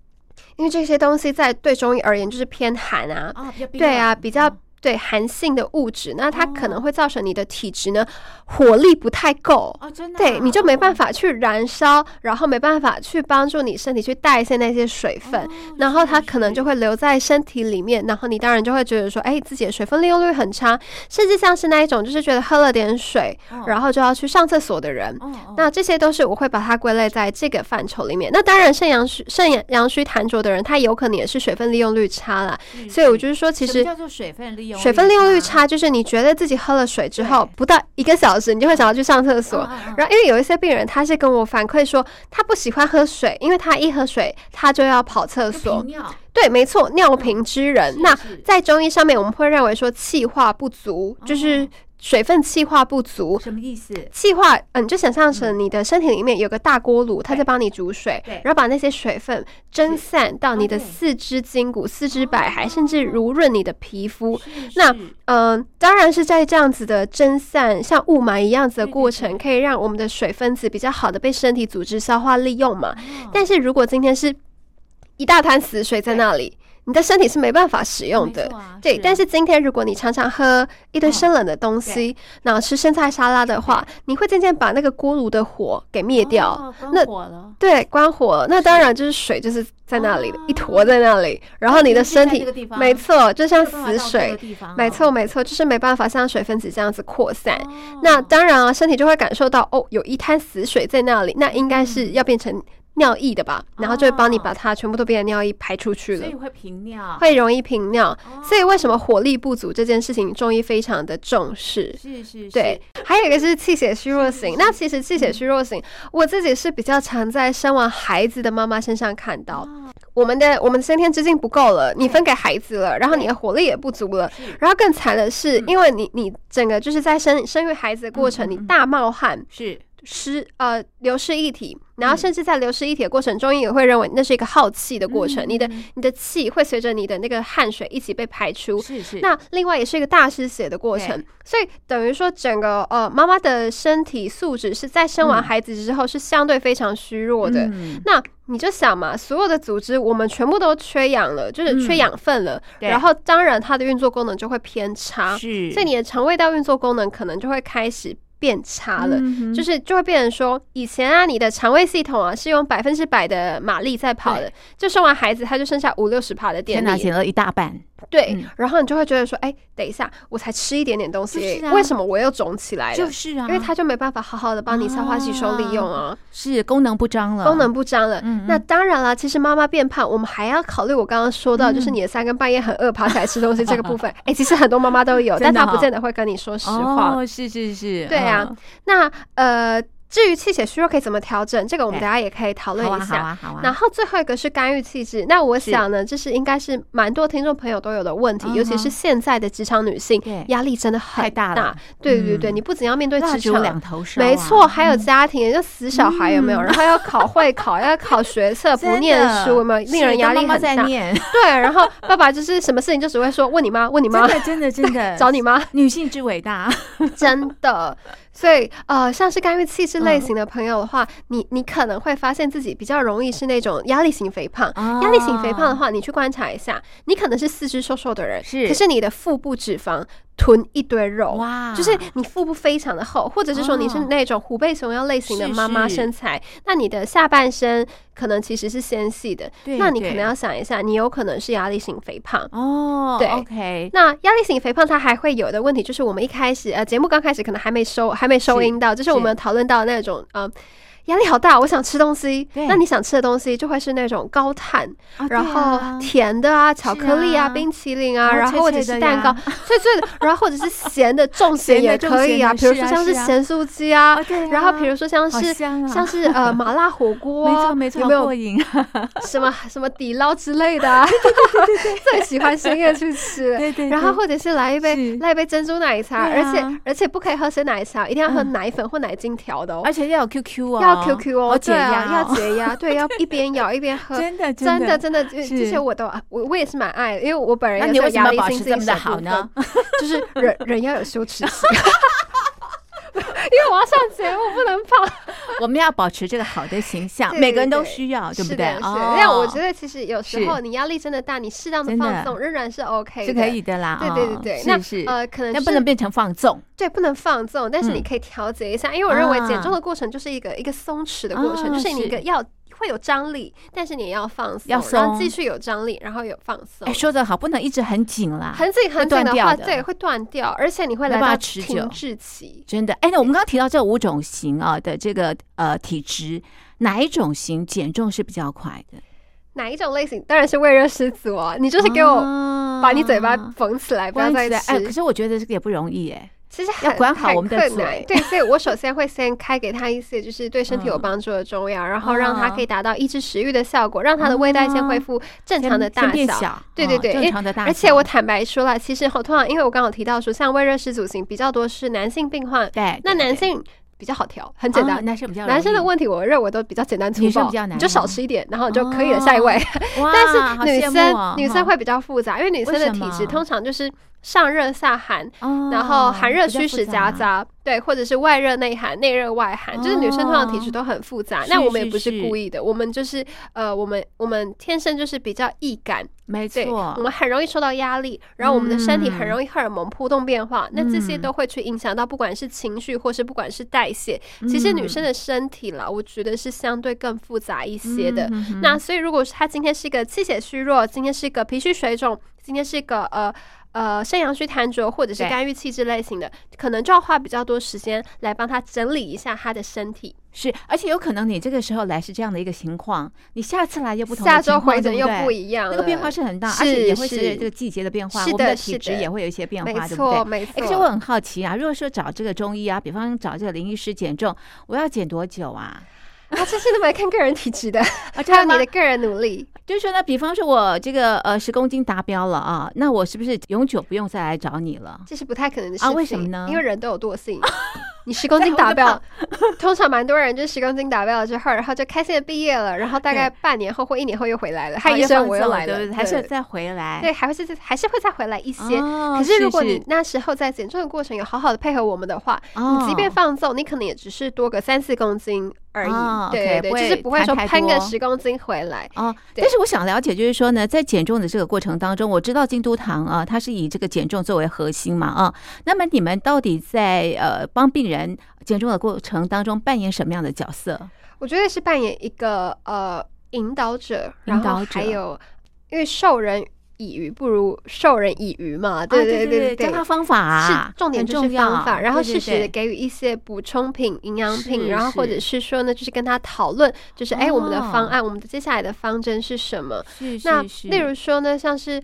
Speaker 2: 因为这些东西在对中医而言就是偏寒啊，
Speaker 1: 啊？比较冰
Speaker 2: 对啊，
Speaker 1: 冷
Speaker 2: 比较
Speaker 1: 嗯。
Speaker 2: 对寒性的物质，那它
Speaker 1: 哦
Speaker 2: 可能会造成你的体质呢，火力不太够，
Speaker 1: 哦，真的啊，
Speaker 2: 对，你就没办
Speaker 1: 法
Speaker 2: 法去燃烧，然后没办法去帮助你身体去代谢那些水分，
Speaker 1: 嗯哦
Speaker 2: 然后它可能就会留在身体里面，然后你当然就会觉得说，哎，自己的水分利用率很差，甚至像是那一种就是觉得喝了点水，
Speaker 1: 哦嗯
Speaker 2: 然后就要去上厕所的人。
Speaker 1: 后
Speaker 2: 那这些都是我会把它归类在这个范畴里面。那当然，肾阳虚、肾阳阳虚痰浊的人，他有可能也是水分利用率差啦。所以我就是说，其
Speaker 1: 嗯什么
Speaker 2: 实
Speaker 1: 叫做水分利用
Speaker 2: 水分利用率
Speaker 1: 呢，
Speaker 2: 差，就是你觉得自己喝了水之后
Speaker 1: 对哦
Speaker 2: 不到一个小时，你就会想要去上厕所。
Speaker 1: 然
Speaker 2: 然后，因为有一些病人，他是跟我反馈说，他不喜欢喝水，因为他一喝水，他就要跑厕所。对，没错，尿频之人。
Speaker 1: 嗯
Speaker 2: 那在中医上面，我们会认为说气化不足，就是
Speaker 1: 哦
Speaker 2: 水分气化不足。
Speaker 1: 什么意思？
Speaker 2: 气化，嗯、你就想象成你的身体里面有个大锅炉，它在帮你煮水
Speaker 1: 对，
Speaker 2: 然后把那些水分蒸散到你的
Speaker 1: 对
Speaker 2: 四肢筋骨、四肢
Speaker 1: 哦
Speaker 2: 百骸，甚至濡润你的皮肤。
Speaker 1: 是哦
Speaker 2: 那
Speaker 1: 是
Speaker 2: 嗯，当然是在这样子的蒸散，像雾霾一样子的
Speaker 1: 对对
Speaker 2: 过
Speaker 1: 对
Speaker 2: 程，可以让我们的水分子比较好的被身体组织消化利用嘛。
Speaker 1: 哦
Speaker 2: 但是如果今天是一大滩死水在那里，你的身体是没办法使用的。
Speaker 1: 没错啊
Speaker 2: 对，
Speaker 1: 是
Speaker 2: 但是今天如果你常常喝一堆
Speaker 1: 哦
Speaker 2: 生冷的东西，然后吃生菜沙拉的话，你会渐渐把那个锅炉的火给灭掉。
Speaker 1: 哦关
Speaker 2: 那
Speaker 1: 火了，
Speaker 2: 对，关火了，那当然就是水就是在那里的、
Speaker 1: 哦
Speaker 2: 一坨在那里，然后你的身体，
Speaker 1: 体
Speaker 2: 没错，就像
Speaker 1: 没有办法
Speaker 2: 死
Speaker 1: 到各个
Speaker 2: 水，
Speaker 1: 地方哦
Speaker 2: 没错没错，就是没办法像水分子这样子扩散。
Speaker 1: 哦
Speaker 2: 那当然啊，身体就会感受到哦，有一滩死水在那里，那应该
Speaker 1: 嗯
Speaker 2: 是要变成尿液的
Speaker 1: 哦
Speaker 2: 吧？然后就会帮你把它全部都变成尿液排出去了
Speaker 1: 所以，会频尿，
Speaker 2: 会容易频尿。
Speaker 1: 哦
Speaker 2: 所以为什么火力不足这件事情，中医非常的重视。
Speaker 1: 是是是
Speaker 2: 对，还有一个是气血虚弱型。那其实气血虚弱型，我自己是比较常在生完孩子的妈妈身上看到。
Speaker 1: 哦
Speaker 2: 我们的我们的先天之境不够了，你分给孩子了，然后你的活力也不足了，然后更惨的是，因为你你整个就是在生生育孩子的过程，
Speaker 1: 嗯嗯嗯
Speaker 2: 你
Speaker 1: 嗯
Speaker 2: 大冒汗、
Speaker 1: 是
Speaker 2: 湿呃流失液体，然后
Speaker 1: 嗯
Speaker 2: 甚至在流失液体的过程中，也会认为那是一个耗气的过程，
Speaker 1: 嗯
Speaker 2: 你的
Speaker 1: 嗯
Speaker 2: 你的气会随着你的那个汗水一起被排出。
Speaker 1: 是是
Speaker 2: 那另外也是一个大失血的过程
Speaker 1: 对，
Speaker 2: 所以等于说整个呃妈妈的身体素质是在生完
Speaker 1: 嗯
Speaker 2: 孩子之后是相对非常虚弱的，
Speaker 1: 嗯
Speaker 2: 那你就想嘛，所有的组织我们全部都缺氧了，就是缺
Speaker 1: 嗯
Speaker 2: 养分了，
Speaker 1: 对
Speaker 2: 然后当然它的运作功能就会偏差，
Speaker 1: 是，
Speaker 2: 啊所以你的肠胃道运作功能可能就会开始变差了。
Speaker 1: 嗯哼
Speaker 2: 就是就会变成说，以前啊，你的肠胃系统啊是用百分之百的马力在跑的，就生完孩子，它就剩下五六十帕的电
Speaker 1: 天哪，
Speaker 2: 力，
Speaker 1: 减了一大半，
Speaker 2: 对，
Speaker 1: 嗯
Speaker 2: 然后你就会觉得说，哎、等一下，我才吃一点点东西而已，
Speaker 1: 就是啊
Speaker 2: 为什么我又肿起来了？
Speaker 1: 就是啊，
Speaker 2: 因为它就没办法好好的帮你消化吸收利用啊
Speaker 1: 是功能不彰了，
Speaker 2: 功能不彰了。
Speaker 1: 嗯嗯
Speaker 2: 那当然啦，其实妈妈变胖，我们还要考虑我刚刚
Speaker 1: 嗯
Speaker 2: 说到，就是你的三更半夜很饿，爬起来吃东西这个 部分。哎、其实很多妈妈都有，
Speaker 1: 真
Speaker 2: 但
Speaker 1: 的
Speaker 2: 她
Speaker 1: 哦
Speaker 2: 不见得会跟你说实话。
Speaker 1: 哦，是是是，
Speaker 2: 对啊
Speaker 1: 嗯，
Speaker 2: 那呃，至于气血虚弱可以怎么调整，这个我们
Speaker 1: 对
Speaker 2: 等一下也可以讨论
Speaker 1: 好啊
Speaker 2: 一
Speaker 1: 好
Speaker 2: 下。
Speaker 1: 啊好啊，
Speaker 2: 然后最后一个是干预气质，那我想呢，这是应该是蛮多听众朋友都有的问题
Speaker 1: 嗯，哼
Speaker 2: 尤其是现在的职场女性
Speaker 1: 对，
Speaker 2: 压力真的很
Speaker 1: 太大了
Speaker 2: 对对对，
Speaker 1: 嗯
Speaker 2: 你不仅要面对
Speaker 1: 蜡
Speaker 2: 职
Speaker 1: 烛
Speaker 2: 场，
Speaker 1: 两头烧啊，嗯
Speaker 2: 没错，还有家庭，也就死小孩有没有？然后要考会 考，要考学测，不
Speaker 1: 真
Speaker 2: 念
Speaker 1: 的
Speaker 2: 书有没有？
Speaker 1: 是
Speaker 2: 令人压
Speaker 1: 当
Speaker 2: 力
Speaker 1: 妈妈
Speaker 2: 很
Speaker 1: 在
Speaker 2: 大。
Speaker 1: 念，
Speaker 2: 对，然后爸爸就是什么事情就只会说问你妈，问你
Speaker 1: 真
Speaker 2: 妈，
Speaker 1: 的真的真的
Speaker 2: 找你妈，
Speaker 1: 女性之伟大，
Speaker 2: 真的。所以呃，像是干预气质类型的朋友的
Speaker 1: 嗯
Speaker 2: 话，你你可能会发现自己比较容易是那种压力型肥胖。
Speaker 1: 啊
Speaker 2: 压力型肥胖的话，你去观察一下，你可能是四肢瘦瘦的人，
Speaker 1: 是
Speaker 2: 可是你的腹部脂肪囤一堆肉，
Speaker 1: 哦哇，
Speaker 2: 就是你腹部非常的厚，或者是说你是
Speaker 1: 哦
Speaker 2: 那种虎背熊腰类型的
Speaker 1: 是
Speaker 2: 妈妈
Speaker 1: 是
Speaker 2: 身材，那你的下半身可能其实是纤细的，
Speaker 1: 对
Speaker 2: 那你可
Speaker 1: 对
Speaker 2: 能要想一下，你有可能是压力型肥胖。
Speaker 1: 哦，
Speaker 2: 对
Speaker 1: ，OK，
Speaker 2: 那压力型肥胖，它还会有的问题就是，我们一开始呃，节目刚开始可能还没收，还没收
Speaker 1: 是
Speaker 2: 音到，就是我
Speaker 1: 是
Speaker 2: 们讨论到那种呃，压力好大，我想吃东西。
Speaker 1: 对
Speaker 2: 那你想吃的东西就会是那种高碳，
Speaker 1: 啊
Speaker 2: 然
Speaker 1: 对
Speaker 2: 后
Speaker 1: 啊
Speaker 2: 甜的啊，巧克力啊，
Speaker 1: 啊
Speaker 2: 冰淇淋啊，
Speaker 1: 然
Speaker 2: 然
Speaker 1: 后
Speaker 2: 后或者
Speaker 1: 脆脆
Speaker 2: 是
Speaker 1: 的
Speaker 2: 蛋
Speaker 1: 呀
Speaker 2: 糕，脆脆的，然后或者是咸的，重咸
Speaker 1: 咸的
Speaker 2: 也
Speaker 1: 重
Speaker 2: 可以
Speaker 1: 咸
Speaker 2: 啊，
Speaker 1: 的
Speaker 2: 比如
Speaker 1: 是
Speaker 2: 说
Speaker 1: 啊
Speaker 2: 像是
Speaker 1: 是啊
Speaker 2: 咸酥鸡啊
Speaker 1: 哦，对
Speaker 2: 然后
Speaker 1: 啊
Speaker 2: 比如说像
Speaker 1: 好
Speaker 2: 是
Speaker 1: 香啊
Speaker 2: 像是呃麻辣火锅
Speaker 1: 没
Speaker 2: 啊，
Speaker 1: 错没错，
Speaker 2: 有哦没
Speaker 1: 好
Speaker 2: 有
Speaker 1: 过瘾啊？
Speaker 2: 什么什么底捞之类的啊？ 最喜欢深夜去 吃，
Speaker 1: 对对
Speaker 2: 然后
Speaker 1: 对
Speaker 2: 或者是来一杯
Speaker 1: 是
Speaker 2: 来一杯珍珠奶茶，
Speaker 1: 对
Speaker 2: 而且
Speaker 1: 啊
Speaker 2: 而且不可以喝鲜奶茶，一定要喝
Speaker 1: 嗯
Speaker 2: 奶粉或奶精调的哦
Speaker 1: 而，且要有 QQ 哦，
Speaker 2: 要 QQ 哦，
Speaker 1: 好解
Speaker 2: 对啊，
Speaker 1: 压
Speaker 2: 要
Speaker 1: 哦，
Speaker 2: 解压，对，要一边咬一边喝，
Speaker 1: 真的
Speaker 2: 真的
Speaker 1: 的。
Speaker 2: 真的，这这
Speaker 1: 是
Speaker 2: 些我都啊我我也是蛮爱的，因为我本人
Speaker 1: 那
Speaker 2: 也
Speaker 1: 你
Speaker 2: 是有
Speaker 1: 为什
Speaker 2: 压
Speaker 1: 么
Speaker 2: 力
Speaker 1: 保
Speaker 2: 性
Speaker 1: 持
Speaker 2: 这
Speaker 1: 这
Speaker 2: 么
Speaker 1: 么
Speaker 2: 的
Speaker 1: 的好呢？？
Speaker 2: 就是人人要有羞耻心，因为我要上节目不能胖，
Speaker 1: 我们要保持这个好的形象，
Speaker 2: 对
Speaker 1: 啊每个人
Speaker 2: 对
Speaker 1: 都
Speaker 2: 对
Speaker 1: 需要，对
Speaker 2: 是
Speaker 1: 不
Speaker 2: 的
Speaker 1: 对？
Speaker 2: 是的，
Speaker 1: 哦
Speaker 2: 但我觉得其实有时
Speaker 1: 是
Speaker 2: 候你压力真的大，你适当的
Speaker 1: 真的
Speaker 2: 放松仍然是 OK
Speaker 1: 是
Speaker 2: 的，
Speaker 1: 可以。的啦。
Speaker 2: 对对对对，
Speaker 1: 哦是
Speaker 2: 那
Speaker 1: 是，
Speaker 2: 呃，可能
Speaker 1: 那不
Speaker 2: 是
Speaker 1: 能变成放纵
Speaker 2: 对，不能放纵，但是你
Speaker 1: 嗯
Speaker 2: 可以调节一下，因为我认为减
Speaker 1: 啊
Speaker 2: 重的过程就是一个一个松弛的过程，
Speaker 1: 啊
Speaker 2: 就是你一
Speaker 1: 是
Speaker 2: 个要会有张力，但是你也要放松，
Speaker 1: 要
Speaker 2: 然后
Speaker 1: 松
Speaker 2: 继续有张力，然后有放松
Speaker 1: 哎，。说得好，不能一直很紧啦，
Speaker 2: 很紧很紧
Speaker 1: 断
Speaker 2: 话，
Speaker 1: 掉的
Speaker 2: 对，会断掉，而且你会
Speaker 1: 没
Speaker 2: 来
Speaker 1: 办
Speaker 2: 到
Speaker 1: 法持久
Speaker 2: 停滞期。
Speaker 1: 真的。哎，那我们刚刚提到这五种型啊的这个呃体质，哪一种型减重是比较快的？
Speaker 2: 哪一种类型？当然是胃热失足啊！你就是给我
Speaker 1: 啊
Speaker 2: 把你嘴巴缝起来，不要
Speaker 1: 关
Speaker 2: 再
Speaker 1: 起
Speaker 2: 吃。
Speaker 1: 来。哎，可是我觉得这个也不容易哎。
Speaker 2: 其实
Speaker 1: 要
Speaker 2: 很
Speaker 1: 管好
Speaker 2: 很
Speaker 1: 我们的
Speaker 2: 困
Speaker 1: 嘴
Speaker 2: 难对，所以我首先会先开给他一些就是对身体有
Speaker 1: 嗯
Speaker 2: 帮助的中药，然后让他
Speaker 1: 哦
Speaker 2: 可以达到抑制食欲的效果，让他的胃袋先恢复正常的
Speaker 1: 先先
Speaker 2: 大
Speaker 1: 变
Speaker 2: 小。
Speaker 1: 小，
Speaker 2: 对对
Speaker 1: 哦
Speaker 2: 对因为
Speaker 1: 正常的大小。
Speaker 2: 而且我坦白说了，其实我通常因为我刚好提到说，像胃热失足型比较多是男性病患，
Speaker 1: 对，
Speaker 2: 那
Speaker 1: 对对
Speaker 2: 男性比较好调，很简
Speaker 1: 哦
Speaker 2: 单。
Speaker 1: 男生比较容易
Speaker 2: 男生的问题，我认为都比较简单粗
Speaker 1: 女生
Speaker 2: 暴，
Speaker 1: 比较难
Speaker 2: 你就少
Speaker 1: 哦
Speaker 2: 吃一点，然后你就可以了。下一位，
Speaker 1: 哇
Speaker 2: 但是
Speaker 1: 好
Speaker 2: 女
Speaker 1: 羡慕
Speaker 2: 生
Speaker 1: 哦
Speaker 2: 女
Speaker 1: 哈
Speaker 2: 生会比较复杂，因为女生
Speaker 1: 为
Speaker 2: 的
Speaker 1: 什
Speaker 2: 体
Speaker 1: 么
Speaker 2: 质通常就是上热下寒，
Speaker 1: 哦
Speaker 2: 然后寒热
Speaker 1: 比较
Speaker 2: 虚
Speaker 1: 复
Speaker 2: 实夹
Speaker 1: 杂啊
Speaker 2: 杂，对，或者是外热内寒、内热外寒，就是女生通常体质
Speaker 1: 哦
Speaker 2: 都很复杂。
Speaker 1: 是
Speaker 2: 那我们也
Speaker 1: 是
Speaker 2: 不
Speaker 1: 是
Speaker 2: 是故意的，我们就是呃，我们我们天生就是比较易感，
Speaker 1: 没
Speaker 2: 对，
Speaker 1: 错
Speaker 2: 我，们很容易受到压力，然后我们的身体很
Speaker 1: 嗯
Speaker 2: 容易荷尔蒙波动变化，那这些
Speaker 1: 嗯
Speaker 2: 都会去影响到不管是情绪或是不管是代谢。其实女生
Speaker 1: 嗯
Speaker 2: 的身体啦，我觉得是相对更复杂一些的。
Speaker 1: 嗯哼
Speaker 2: 那所以，如果是她今天是一个气血虚弱，今天是一个脾虚水肿，今天是一个呃呃肾阳虚痰浊，或者是
Speaker 1: 对
Speaker 2: 肝郁气滞类型的，可能就要花比较多时间来帮她整理一下她的身体。
Speaker 1: 是，而且有可能你这个时候来是这样的一个情况，你下次来又不同的
Speaker 2: 下周
Speaker 1: 情况
Speaker 2: 回诊
Speaker 1: 对
Speaker 2: 又
Speaker 1: 对
Speaker 2: 不一样了，
Speaker 1: 那个变化是很大，
Speaker 2: 是
Speaker 1: 而且也会随着
Speaker 2: 是
Speaker 1: 这个季节的变化，
Speaker 2: 是
Speaker 1: 我们的
Speaker 2: 的
Speaker 1: 体
Speaker 2: 是
Speaker 1: 质
Speaker 2: 的
Speaker 1: 也会有一些变
Speaker 2: 没
Speaker 1: 化，对不
Speaker 2: 错，
Speaker 1: 对？
Speaker 2: 没错。
Speaker 1: 哎可是我很好奇啊，如果说找这个中医啊，比方找这个林医师减重，我要减多久啊？
Speaker 2: 啊，这些都没看个人 体质的，
Speaker 1: 啊，这
Speaker 2: 还有
Speaker 1: 样
Speaker 2: 你
Speaker 1: 吗
Speaker 2: 的？个人努力。
Speaker 1: 就是说呢，比方说我这个呃十公斤达标了啊，那我是不是永久不用再来找你了？
Speaker 2: 这是不太可能的事
Speaker 1: 啊
Speaker 2: 情。
Speaker 1: 为什么呢
Speaker 2: 因为人都有惰性。你 十公斤达标，通常蛮多人就十公斤达标了之后，然后就开心的毕业了，然后大概半年后或一年后又回来了，
Speaker 1: 啊
Speaker 2: 嗨，医
Speaker 1: 又
Speaker 2: 生
Speaker 1: 放
Speaker 2: 我又
Speaker 1: 纵
Speaker 2: 来了，
Speaker 1: 对不对？还是再回来？
Speaker 2: 对，还会再还是会再回来一些。
Speaker 1: 哦，
Speaker 2: 可是如果你
Speaker 1: 是
Speaker 2: 那时候在减重的过程有好好的配合我们的话，
Speaker 1: 哦
Speaker 2: 你即便放纵，你可能也只是多个三四公斤而已。
Speaker 1: 哦
Speaker 2: 对
Speaker 1: OK，
Speaker 2: 对
Speaker 1: 不
Speaker 2: 对，
Speaker 1: 会
Speaker 2: 就是不会
Speaker 1: 差
Speaker 2: 说
Speaker 1: 太
Speaker 2: 喷个
Speaker 1: 多
Speaker 2: 十公斤回来。
Speaker 1: 哦，
Speaker 2: 对
Speaker 1: 但是我想了解，就是说呢，在减重的这个过程当中，我知道京都堂啊，它是以这个减重作为核心嘛啊。那么你们到底在呃帮病人减重的过程当中扮演什么样的角色？
Speaker 2: 我觉得是扮演一个呃引导者，然
Speaker 1: 引导
Speaker 2: 后还
Speaker 1: 者
Speaker 2: 有因为授人以鱼不如授人以渔嘛，对
Speaker 1: 啊对
Speaker 2: 对
Speaker 1: 教他方法啊、
Speaker 2: 是重点
Speaker 1: 很
Speaker 2: 就
Speaker 1: 重
Speaker 2: 是
Speaker 1: 要啊
Speaker 2: 方法，然后
Speaker 1: 对
Speaker 2: 适时的
Speaker 1: 对对
Speaker 2: 给予一些补充品、营养
Speaker 1: 是
Speaker 2: 品，然后或
Speaker 1: 是
Speaker 2: 者是说呢，就是跟他讨论，就是哎，我们的方
Speaker 1: 哦
Speaker 2: 案，我们的接下来的方针是什么？
Speaker 1: 是
Speaker 2: 那
Speaker 1: 是是，
Speaker 2: 例如说呢，像是。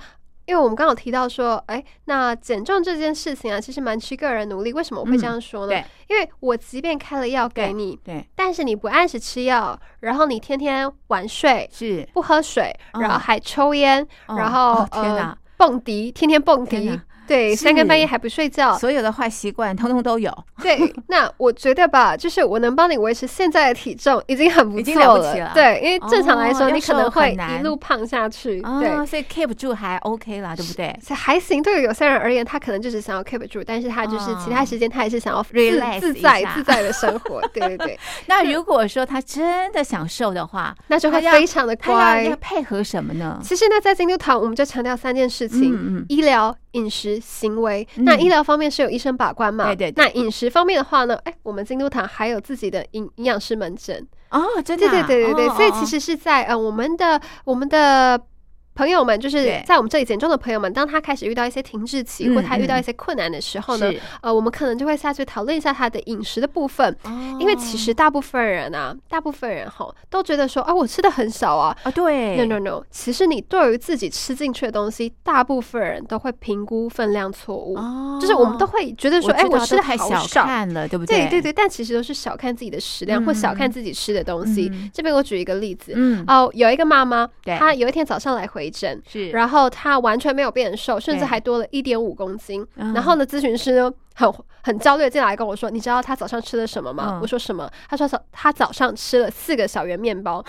Speaker 2: 因为我们刚好提到说，哎，那减重这件事情啊，其实蛮吃个人努力。为什么我会这
Speaker 1: 嗯
Speaker 2: 样说呢？
Speaker 1: 对
Speaker 2: 因为我即便开了药
Speaker 1: 对
Speaker 2: 给你，
Speaker 1: 对
Speaker 2: 但是你不按时吃药，然后你天天晚睡，
Speaker 1: 是，
Speaker 2: 不喝水，
Speaker 1: 嗯
Speaker 2: 然后还抽烟，
Speaker 1: 哦
Speaker 2: 然后、
Speaker 1: 哦天
Speaker 2: 呃
Speaker 1: 哪，
Speaker 2: 蹦迪，天天蹦
Speaker 1: 天
Speaker 2: 迪
Speaker 1: 哪，
Speaker 2: 对，
Speaker 1: 是
Speaker 2: 三更半夜还不睡觉，
Speaker 1: 所有的坏习惯通通都有，
Speaker 2: 对。那我觉得吧，就是我能帮你维持现在的体重，已经很不
Speaker 1: 已经
Speaker 2: 错
Speaker 1: 了不起了
Speaker 2: 对，因为正常来说，
Speaker 1: 哦
Speaker 2: 你可能会
Speaker 1: 要瘦很难
Speaker 2: 一路胖下去，
Speaker 1: 啊，
Speaker 2: 对。
Speaker 1: 所以 keep 住还 OK 啦，对不对？
Speaker 2: 所以还行，对于有些人而言，他可能就只想要 keep 住，但是他就是其他
Speaker 1: 嗯
Speaker 2: 时间他也是想要自
Speaker 1: Relax
Speaker 2: 自
Speaker 1: 一
Speaker 2: 在
Speaker 1: 下
Speaker 2: 自在的生活，对对 对，
Speaker 1: 那如果说他真的想瘦的话，
Speaker 2: 那就会
Speaker 1: 他要
Speaker 2: 非常的
Speaker 1: 他
Speaker 2: 乖，
Speaker 1: 要要配合什么呢？
Speaker 2: 其实呢，在京都堂我们就强调三件事情：
Speaker 1: 嗯嗯
Speaker 2: 医疗、饮食、行为。
Speaker 1: 嗯
Speaker 2: 那医疗方面是有医生把关嘛？
Speaker 1: 对对对
Speaker 2: 那饮食方面的话呢，哎，我们京都堂还有自己的营营养师门诊。
Speaker 1: 哦，真的
Speaker 2: 对
Speaker 1: 啊、
Speaker 2: 对对对对，
Speaker 1: 哦
Speaker 2: 所以
Speaker 1: 哦
Speaker 2: 其
Speaker 1: 哦
Speaker 2: 实是在呃我们的我们的。朋友们，就是
Speaker 1: 对
Speaker 2: 在我们这里减重的朋友们，当他开始遇到一些停滞期，
Speaker 1: 嗯
Speaker 2: 或他遇到
Speaker 1: 嗯
Speaker 2: 一些困难的时候呢，
Speaker 1: 是
Speaker 2: 呃，我们可能就会下去讨论一下他的饮食的部分，因为
Speaker 1: 哦
Speaker 2: 其实大部分人啊，大部分人吼都觉得说，啊，我吃的很少啊，
Speaker 1: 啊，对
Speaker 2: No no no，其实你对于自己吃进去的东西，大部分人都会评估分量错误，
Speaker 1: 哦，
Speaker 2: 就是我们都会觉得说，
Speaker 1: 我
Speaker 2: 哎、
Speaker 1: 知
Speaker 2: 我
Speaker 1: 道
Speaker 2: 吃
Speaker 1: 都
Speaker 2: 的
Speaker 1: 太
Speaker 2: 好
Speaker 1: 小
Speaker 2: 少。
Speaker 1: 看了，对不
Speaker 2: 对
Speaker 1: 对
Speaker 2: 对对，但其实都是小看自己的食量，
Speaker 1: 嗯
Speaker 2: 或小看自己吃的东西。
Speaker 1: 嗯
Speaker 2: 这边我举一个例子，
Speaker 1: 嗯，
Speaker 2: 哦，有一个妈妈，
Speaker 1: 对
Speaker 2: 她有一天早上来回诊，
Speaker 1: 是
Speaker 2: 然后她完全没有变瘦，甚至
Speaker 1: 对
Speaker 2: 还多了一点五公斤。
Speaker 1: 嗯
Speaker 2: 然后呢，咨询师呢很很焦虑地进来跟我说：“你知道她早上吃了什么吗？”
Speaker 1: 嗯
Speaker 2: 我说：“什么？”她说：“早她早上吃了四个小圆面包，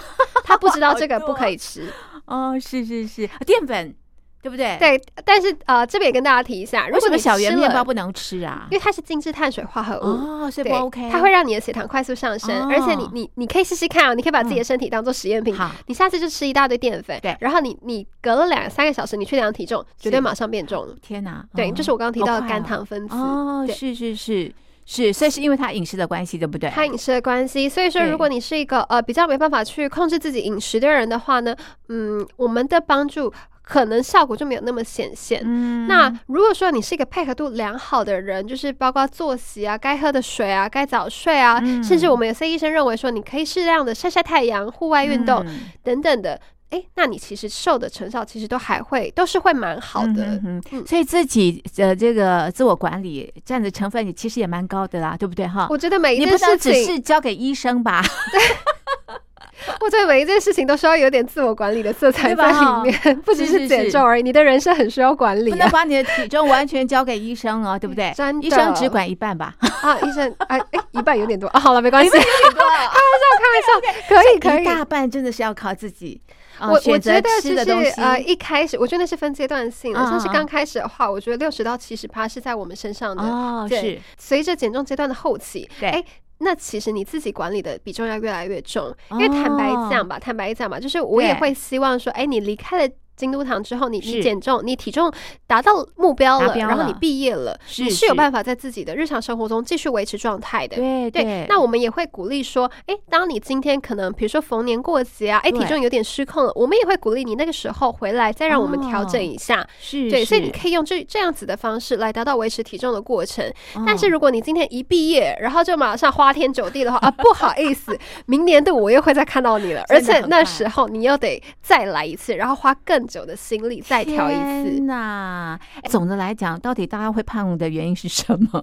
Speaker 2: 她不知道这个不可以吃。
Speaker 1: 哦，是是是，啊淀粉，对不对？”，
Speaker 2: 对，但是呃，这边也跟大家提一下，如
Speaker 1: 为
Speaker 2: 果
Speaker 1: 什么
Speaker 2: 你
Speaker 1: 小圆
Speaker 2: 吃
Speaker 1: 面
Speaker 2: 了
Speaker 1: 包，不能吃啊
Speaker 2: 因？为它是精致碳水化合物。
Speaker 1: 哦，所以
Speaker 2: 对
Speaker 1: 不 OK，
Speaker 2: 它会让你的血糖快速上升，
Speaker 1: 哦
Speaker 2: 而且你你你可以试试看啊，你可以把自己的
Speaker 1: 嗯
Speaker 2: 身体当做实验品，
Speaker 1: 好
Speaker 2: 你下次就吃一大堆淀粉，
Speaker 1: 对
Speaker 2: 然后你你隔了两三个小时，你去量体重，绝对
Speaker 1: 是
Speaker 2: 马上变重了。
Speaker 1: 天哪，
Speaker 2: 对，就是我刚刚提
Speaker 1: 好
Speaker 2: 到的
Speaker 1: 快
Speaker 2: 肝
Speaker 1: 哦
Speaker 2: 糖分子，
Speaker 1: 哦，哦
Speaker 2: 对
Speaker 1: 是是是是，所以是因为他饮食的关系，对不对？
Speaker 2: 它饮食的关系。所以说，
Speaker 1: 对
Speaker 2: 如果你是一个呃比较没办法去控制自己饮食的人的话呢，嗯，我们的帮助可能效果就没有那么显现。
Speaker 1: 嗯
Speaker 2: 那如果说你是一个配合度良好的人，就是包括作息啊、该喝的水啊、该早睡啊，
Speaker 1: 嗯
Speaker 2: 甚至我们有些医生认为说，你可以适量的晒晒太阳、户外运动、
Speaker 1: 嗯
Speaker 2: 等等的，诶，那你其实瘦的成效其实都还会都是会蛮好的。
Speaker 1: 嗯哼哼
Speaker 2: 嗯
Speaker 1: 所以自己的这个自我管理占的成分也其实也蛮高的啦，对不对哈？
Speaker 2: 我觉得每一
Speaker 1: 你不
Speaker 2: 件事
Speaker 1: 能只
Speaker 2: 情，
Speaker 1: 是交给医生 吧，
Speaker 2: 我觉得每一件事情都需要有点自我管理的色彩
Speaker 1: 对吧
Speaker 2: 在里面， 不只
Speaker 1: 是是
Speaker 2: 是减
Speaker 1: 是
Speaker 2: 重而已。你的人生很需要管理
Speaker 1: 不能
Speaker 2: 啊！
Speaker 1: 把你的体重完全交给医生哦，对不对？
Speaker 2: 真的
Speaker 1: 医生只管一半吧，
Speaker 2: 啊，医生，哎哎，一半有点 多啊，好了，没关系，开
Speaker 1: 一
Speaker 2: 玩笑，开玩笑，可以可
Speaker 1: 一
Speaker 2: 以。
Speaker 1: 大半真的是要靠自己。呃
Speaker 2: 我我
Speaker 1: 选择
Speaker 2: 觉得
Speaker 1: 吃
Speaker 2: 就
Speaker 1: 的东
Speaker 2: 是
Speaker 1: 西
Speaker 2: 呃，一开始我觉得那是分阶段性的，
Speaker 1: 嗯
Speaker 2: 像是
Speaker 1: 嗯
Speaker 2: 刚开始的话，我觉得六十到七十趴是在我们身上的。
Speaker 1: 哦，
Speaker 2: 呃对
Speaker 1: 是
Speaker 2: 随着减重阶段的后期，
Speaker 1: 对
Speaker 2: 哎那其实你自己管理的比重要越来越重，因为坦白讲吧，坦白讲吧，就是我也
Speaker 1: 哦对
Speaker 2: 会希望说，哎，你离开了。京都堂之后你，你
Speaker 1: 是
Speaker 2: 减重，你体重达到目标
Speaker 1: 达
Speaker 2: 了，
Speaker 1: 标
Speaker 2: 然后
Speaker 1: 了
Speaker 2: 你毕业了，
Speaker 1: 是
Speaker 2: 你是有
Speaker 1: 是
Speaker 2: 办法在自己的日常生活中继续维持状态的。
Speaker 1: 对
Speaker 2: 对，那我们也会鼓励说，哎，当你今天可能比如说逢年过节啊，哎，体
Speaker 1: 对
Speaker 2: 重有点失控了，我们也会鼓励你那个时候回来，再让我们调整一下。
Speaker 1: 哦是
Speaker 2: 对，所以你
Speaker 1: 是
Speaker 2: 可以用这这样子的方式来达到维持体重的过程。但是
Speaker 1: 嗯
Speaker 2: 如果你今天一毕业，然后就马上花天酒地的话啊，不好意思， 明年度我又会再看到你了，而
Speaker 1: 真的
Speaker 2: 且
Speaker 1: 很
Speaker 2: 那
Speaker 1: 快
Speaker 2: 时候你又得再来一次，然后花更久的心力再调一次，
Speaker 1: 天呐，哎总的来讲，到底大家会胖的原因是什 么？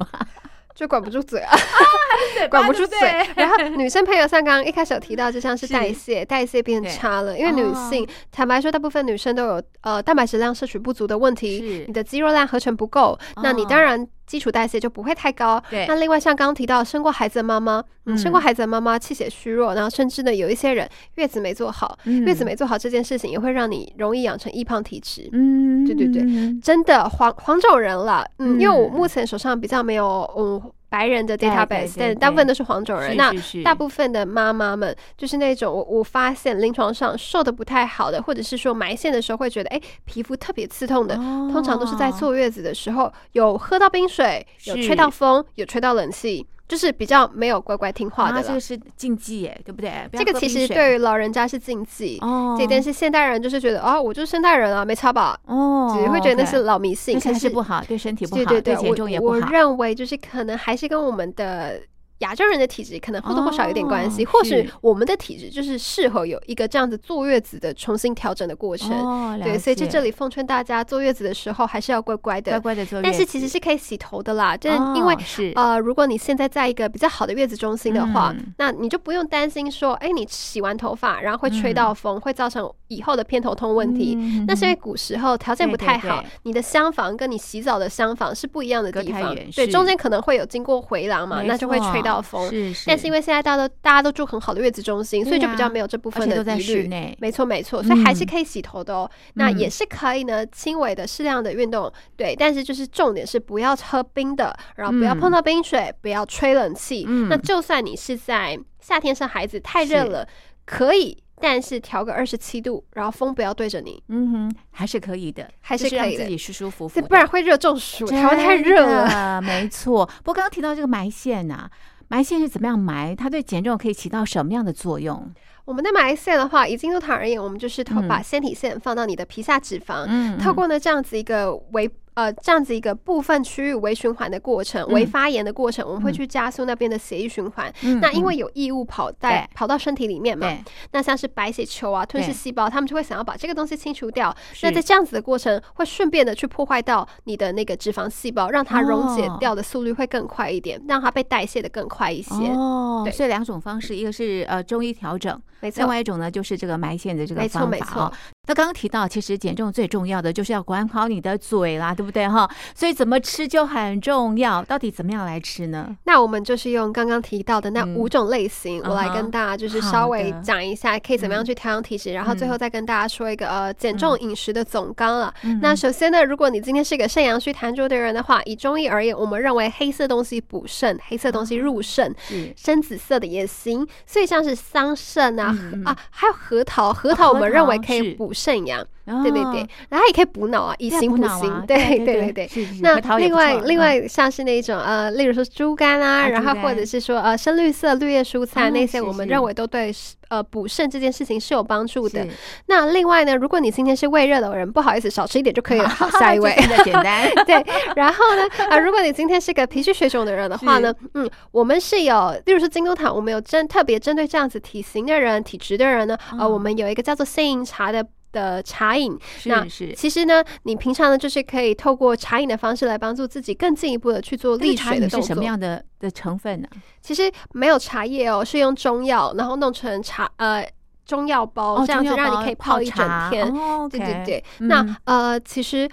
Speaker 2: 就管不住嘴啊， 管
Speaker 1: 啊
Speaker 2: 不住嘴。然后女生朋友像刚刚一开始有提到，就像是
Speaker 1: 是
Speaker 2: 代谢，代谢变
Speaker 1: 对哦
Speaker 2: 差了，因为女性、坦白说，大部分女生都有呃蛋白质量摄取不足的问题，
Speaker 1: 是
Speaker 2: 你的肌肉量合成不够，那你
Speaker 1: 哦
Speaker 2: 当然。基础代谢就不会太高，
Speaker 1: 对
Speaker 2: 那另外像刚刚提到生过孩子的妈妈，嗯，
Speaker 1: 嗯
Speaker 2: 生过孩子的妈妈气血虚弱，然后甚至呢有一些人月子没做好，
Speaker 1: 嗯
Speaker 2: 月子没做好这件事情也会让你容易养成易胖体质。
Speaker 1: 嗯，嗯
Speaker 2: 对对对
Speaker 1: 嗯
Speaker 2: 真的黄黄种人了，嗯，
Speaker 1: 嗯
Speaker 2: 因为我目前手上比较没有嗯白人的
Speaker 1: 对对
Speaker 2: database，但
Speaker 1: 对
Speaker 2: 大部分都是黄种人。
Speaker 1: 是
Speaker 2: 那
Speaker 1: 是是
Speaker 2: 大部分的妈妈们就是那种我我发现临床上瘦的不太好的，或者是说埋线的时候会觉得哎皮肤特别刺痛的，通常都是在
Speaker 1: 哦
Speaker 2: 坐月子的时候有喝到冰水，有吹
Speaker 1: 是
Speaker 2: 到风，有吹到冷气，就是比较没有乖乖听话
Speaker 1: 啊，
Speaker 2: 的了。
Speaker 1: 这个是禁忌耶，对不对？不要
Speaker 2: 这个
Speaker 1: 喝
Speaker 2: 其
Speaker 1: 冰
Speaker 2: 实
Speaker 1: 水
Speaker 2: 对于老人家是禁忌，
Speaker 1: 哦，
Speaker 2: 对，但是现代人就是觉得哦，我就是现代人啊，没差吧，
Speaker 1: 哦，
Speaker 2: 只会觉得那
Speaker 1: OK
Speaker 2: 是老迷信，
Speaker 1: 而且
Speaker 2: 可
Speaker 1: 还是
Speaker 2: 嗯是
Speaker 1: 不好，对身体不
Speaker 2: 对
Speaker 1: 好，
Speaker 2: 对对，
Speaker 1: 减重也
Speaker 2: 我
Speaker 1: 不
Speaker 2: 我
Speaker 1: 好。
Speaker 2: 认为就是可能还是跟我们的。亚洲人的体质可能或多或少有点关系，
Speaker 1: 哦
Speaker 2: 或许
Speaker 1: 是
Speaker 2: 我们的体质就是适合有一个这样子坐月子的重新调整的过程。
Speaker 1: 哦，
Speaker 2: 对，
Speaker 1: 了
Speaker 2: 所以在
Speaker 1: 解
Speaker 2: 这里奉劝大家，坐月子的时候还是要乖乖的。
Speaker 1: 乖乖的坐月子，
Speaker 2: 但是其实是可以洗头的啦，但因为、
Speaker 1: 哦是
Speaker 2: 呃，如果你现在在一个比较好的月子中心的话，
Speaker 1: 嗯
Speaker 2: 那你就不用担心说，哎，你洗完头发然后会吹到风，会造成以后的偏头痛问题。
Speaker 1: 嗯
Speaker 2: 那是因为古时候条件不太
Speaker 1: 对
Speaker 2: 好，
Speaker 1: 对对
Speaker 2: 你的厢房跟你洗澡的厢房是不一样的地
Speaker 1: 隔太
Speaker 2: 方
Speaker 1: 远，
Speaker 2: 对，
Speaker 1: 是
Speaker 2: 中间可能会有经过回廊嘛，
Speaker 1: 没
Speaker 2: 那就会吹
Speaker 1: 错
Speaker 2: 到风。
Speaker 1: 是是，
Speaker 2: 但是因
Speaker 1: 为
Speaker 2: 为现在大家都大家都住很好的月子中心，
Speaker 1: 对
Speaker 2: 所以就比
Speaker 1: 呀
Speaker 2: 较没有这部
Speaker 1: 而
Speaker 2: 分
Speaker 1: 且
Speaker 2: 的
Speaker 1: 都在
Speaker 2: 疑
Speaker 1: 室
Speaker 2: 虑。
Speaker 1: 内，
Speaker 2: 没错，没错，所以还是
Speaker 1: 嗯
Speaker 2: 可以洗头的哦。那也
Speaker 1: 嗯
Speaker 2: 是可以呢，轻微的适量的运动，对。但是就是重点是不要喝冰的，然后不要碰
Speaker 1: 嗯
Speaker 2: 到冰水，不要吹冷气。
Speaker 1: 嗯
Speaker 2: 那就算你是在夏天生孩子太热
Speaker 1: 是
Speaker 2: 了，可以，但是调个二十七度，然后风不要对着你，
Speaker 1: 嗯哼，还是可以的，
Speaker 2: 还
Speaker 1: 就是
Speaker 2: 可
Speaker 1: 让
Speaker 2: 以
Speaker 1: 自
Speaker 2: 的
Speaker 1: 己舒舒服服
Speaker 2: 这
Speaker 1: 的。
Speaker 2: 不然会热中暑。台湾太
Speaker 1: 真
Speaker 2: 热了，
Speaker 1: 的，没错。不过刚刚提到这个埋线呐、埋线是怎么样埋？它对减重可以起到什么样的作用？
Speaker 2: 我们的埋线的话，以经度糖而言，我们就是头
Speaker 1: 嗯
Speaker 2: 把纤体线放到你的皮下脂肪，
Speaker 1: 嗯
Speaker 2: 透过呢这样子一个微呃这样子一个部分区域微循环的过程、
Speaker 1: 嗯
Speaker 2: 微发炎的过程，我们会去加速那边的血液循环。
Speaker 1: 嗯
Speaker 2: 那因
Speaker 1: 嗯
Speaker 2: 为有异物跑在
Speaker 1: 对
Speaker 2: 跑到身体里面嘛，
Speaker 1: 对
Speaker 2: 那像是白血球啊、吞噬
Speaker 1: 对
Speaker 2: 细胞，他们就会想要把这个东西清除掉。那
Speaker 1: 是
Speaker 2: 在这样子的过程，会顺便的去破坏到你的那个脂肪细胞，让它溶解
Speaker 1: 哦
Speaker 2: 掉的速率会更快一点，让它被代谢的更快一些。
Speaker 1: 哦
Speaker 2: 对，
Speaker 1: 所以两种方式，一个是呃中医调整，
Speaker 2: 没
Speaker 1: 另
Speaker 2: 错，
Speaker 1: 外一种呢就是这个埋线的这个
Speaker 2: 没错，
Speaker 1: 方
Speaker 2: 没
Speaker 1: 法
Speaker 2: 错
Speaker 1: 哦。。那刚刚提到，其实减重最重要的就是要管好你的嘴啦，对不对哈？所以怎么吃就很重要，到底怎么样来吃呢？
Speaker 2: 那我们就是用刚刚提到的那
Speaker 1: 嗯
Speaker 2: 五种类型，我来
Speaker 1: 嗯哼
Speaker 2: 跟大家就是
Speaker 1: 好
Speaker 2: 稍微
Speaker 1: 的嗯
Speaker 2: 讲一下，可以怎么样去调养体质，然后最后再跟大家说一个呃减重饮食的总纲了。
Speaker 1: 嗯
Speaker 2: 那首先呢，如果你今天是个肾阳虚痰浊的人的话，以中医而言，我们认为黑色东西补肾，黑色东西入肾，
Speaker 1: 是
Speaker 2: 深紫色的也行。所以像是桑葚啊、
Speaker 1: 嗯啊嗯
Speaker 2: 啊，还有核桃，核桃我们认为可以
Speaker 1: 是
Speaker 2: 补肾阳，
Speaker 1: 对
Speaker 2: 对对对，，然后也可以补脑啊，以
Speaker 1: 以
Speaker 2: 形补形，
Speaker 1: 啊，
Speaker 2: 对
Speaker 1: 对
Speaker 2: 对对
Speaker 1: 对。是是
Speaker 2: 那
Speaker 1: 核桃也
Speaker 2: 另
Speaker 1: 不
Speaker 2: 外
Speaker 1: 错
Speaker 2: 另
Speaker 1: 嗯
Speaker 2: 外像是那种呃，例如说猪肝啊，
Speaker 1: 啊
Speaker 2: 然
Speaker 1: 猪
Speaker 2: 后或者
Speaker 1: 肝
Speaker 2: 是说呃深绿色绿叶蔬菜
Speaker 1: 啊
Speaker 2: 那些，
Speaker 1: 是
Speaker 2: 我们
Speaker 1: 是
Speaker 2: 认为都对呃补肾这件事情是有帮助的
Speaker 1: 是。
Speaker 2: 那另外呢，如果你今天是胃热的人，不好意思，少吃一点 就可以了。好，下一位
Speaker 1: 就。这么的简单，
Speaker 2: 对，然后呢，啊，如果你今天是个脾虚水肿的人的话呢，嗯，我们是有，例如说京都堂，我们有针特别针对这样子体型的人、体质的人呢，呃，
Speaker 1: 嗯
Speaker 2: 我们有一个叫做鲜饮茶的的茶饮，那
Speaker 1: 是是。
Speaker 2: 其实呢，你平常呢就是可以透过茶饮的方式来帮助自己更进一步的去做
Speaker 1: 绿
Speaker 2: 利
Speaker 1: 茶
Speaker 2: 水
Speaker 1: 饮
Speaker 2: 的
Speaker 1: 是
Speaker 2: 动
Speaker 1: 什
Speaker 2: 作
Speaker 1: 么。样的的成分呢？
Speaker 2: 其实没有茶叶哦，是用中药，然后弄成茶呃中药包、
Speaker 1: 哦
Speaker 2: 这样
Speaker 1: 中
Speaker 2: 子，
Speaker 1: 药
Speaker 2: 让
Speaker 1: 包
Speaker 2: 你可以
Speaker 1: 泡哦
Speaker 2: 一整
Speaker 1: 茶
Speaker 2: 天。
Speaker 1: 哦
Speaker 2: 对
Speaker 1: OK
Speaker 2: 对对，
Speaker 1: 嗯
Speaker 2: 那呃其实。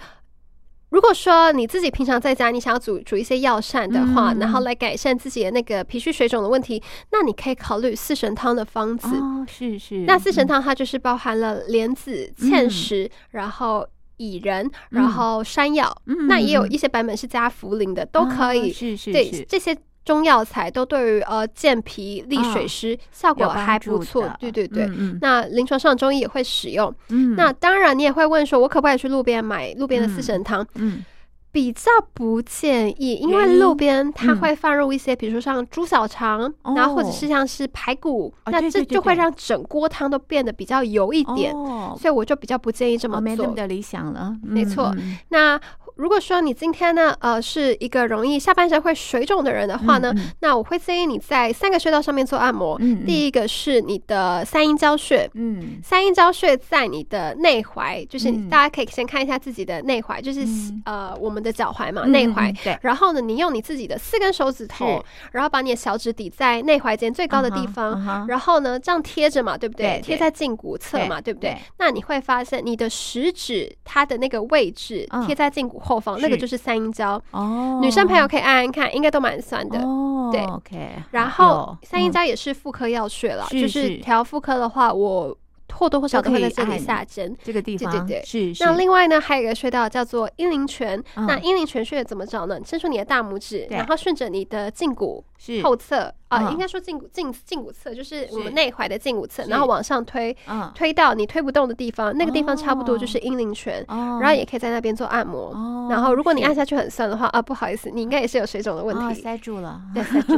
Speaker 2: 如果说你自己平常在家，你想要煮煮一些药膳的话，
Speaker 1: 嗯
Speaker 2: 然后来改善自己的那个脾虚水肿的问题，那你可以考虑四神汤的方子。
Speaker 1: 哦，是是，
Speaker 2: 那四神
Speaker 1: 嗯
Speaker 2: 汤它就是包含了莲子、芡实，然后蚁仁，然后山药，
Speaker 1: 嗯
Speaker 2: 那也有
Speaker 1: 嗯
Speaker 2: 一些版本是加茯苓的，都可以
Speaker 1: 哦。是是
Speaker 2: 对
Speaker 1: 是，
Speaker 2: 这些中药材都对于呃健脾利水湿、效果
Speaker 1: 哦有帮
Speaker 2: 还
Speaker 1: 助
Speaker 2: 不错
Speaker 1: 的。
Speaker 2: 对对对。
Speaker 1: 嗯嗯
Speaker 2: 那临床上中医也会使用，
Speaker 1: 嗯
Speaker 2: 那当然你也会问说，我可不可以去路边买路边的四神汤？
Speaker 1: 嗯
Speaker 2: 比较不建议，因
Speaker 1: 原
Speaker 2: 为
Speaker 1: 因
Speaker 2: 路边它
Speaker 1: 嗯
Speaker 2: 会放入一些，比如说像猪小肠，
Speaker 1: 哦
Speaker 2: 然后或者是像是排骨，
Speaker 1: 哦对
Speaker 2: 那
Speaker 1: 对
Speaker 2: 这
Speaker 1: 对
Speaker 2: 就会
Speaker 1: 对
Speaker 2: 让整锅汤都变得比较油一点，
Speaker 1: 哦，
Speaker 2: 所以我就比较不建议这
Speaker 1: 我
Speaker 2: 么
Speaker 1: 哦没那
Speaker 2: 做
Speaker 1: 么。的理想了，
Speaker 2: 没
Speaker 1: 嗯
Speaker 2: 错，
Speaker 1: 嗯
Speaker 2: 那如果说你今天呢，呃，是一个容易下半身会水肿的人的话呢，
Speaker 1: 嗯嗯
Speaker 2: 那我会建议你在三个穴道上面做按摩。
Speaker 1: 嗯嗯
Speaker 2: 第一个是你的三阴交穴，
Speaker 1: 嗯
Speaker 2: 三阴交穴在你的内踝，就是你
Speaker 1: 嗯
Speaker 2: 大家可以先看一下自己的内踝，就是、
Speaker 1: 嗯
Speaker 2: 呃我们的脚踝嘛，
Speaker 1: 嗯
Speaker 2: 内
Speaker 1: 嗯
Speaker 2: 踝
Speaker 1: 嗯。对，
Speaker 2: 然后呢，你用你自己的四根手指头，然后把你的小指抵在内踝尖最高的
Speaker 1: 嗯
Speaker 2: 地方，
Speaker 1: 方
Speaker 2: 然后呢，这样贴着嘛，对不
Speaker 1: 对
Speaker 2: 对？
Speaker 1: 对
Speaker 2: 贴在胫骨侧嘛，对不对？？那你会发现你的食指它的那个位置
Speaker 1: 嗯
Speaker 2: 贴在胫骨后方，
Speaker 1: 是
Speaker 2: 那个就是三阴交。
Speaker 1: 哦，
Speaker 2: 女生朋友可以按按看，应该都蛮酸的。
Speaker 1: 哦，
Speaker 2: 对
Speaker 1: ，OK。
Speaker 2: 然后三阴交也是妇科药穴了，
Speaker 1: 嗯是
Speaker 2: 就是是调妇科的话，我或多或少都会在这
Speaker 1: 都可以按
Speaker 2: 里下针。
Speaker 1: 这个地
Speaker 2: 对
Speaker 1: 方，
Speaker 2: 对对
Speaker 1: 是是。
Speaker 2: 那另外呢，还有一个穴道叫做阴陵泉。
Speaker 1: 嗯
Speaker 2: 那阴陵泉穴怎么找呢？你伸出你的大拇指，
Speaker 1: 对
Speaker 2: 然后顺着你的胫骨
Speaker 1: 是
Speaker 2: 后侧啊，
Speaker 1: 嗯
Speaker 2: 应该说胫骨胫胫骨侧，就是我
Speaker 1: 是
Speaker 2: 们内踝的胫骨侧，
Speaker 1: 是
Speaker 2: 然后往上推，
Speaker 1: 嗯
Speaker 2: 推到你推不动的地方，那个地方差不多就
Speaker 1: 哦
Speaker 2: 是阴陵泉。
Speaker 1: 哦，
Speaker 2: 然后也可以在那边做按摩。
Speaker 1: 哦，
Speaker 2: 然后，如果你
Speaker 1: 是
Speaker 2: 按下去很酸的话，啊，不好意思，你应该也是有水肿的问
Speaker 1: 哦
Speaker 2: 题。
Speaker 1: 塞住了，
Speaker 2: 对，塞住。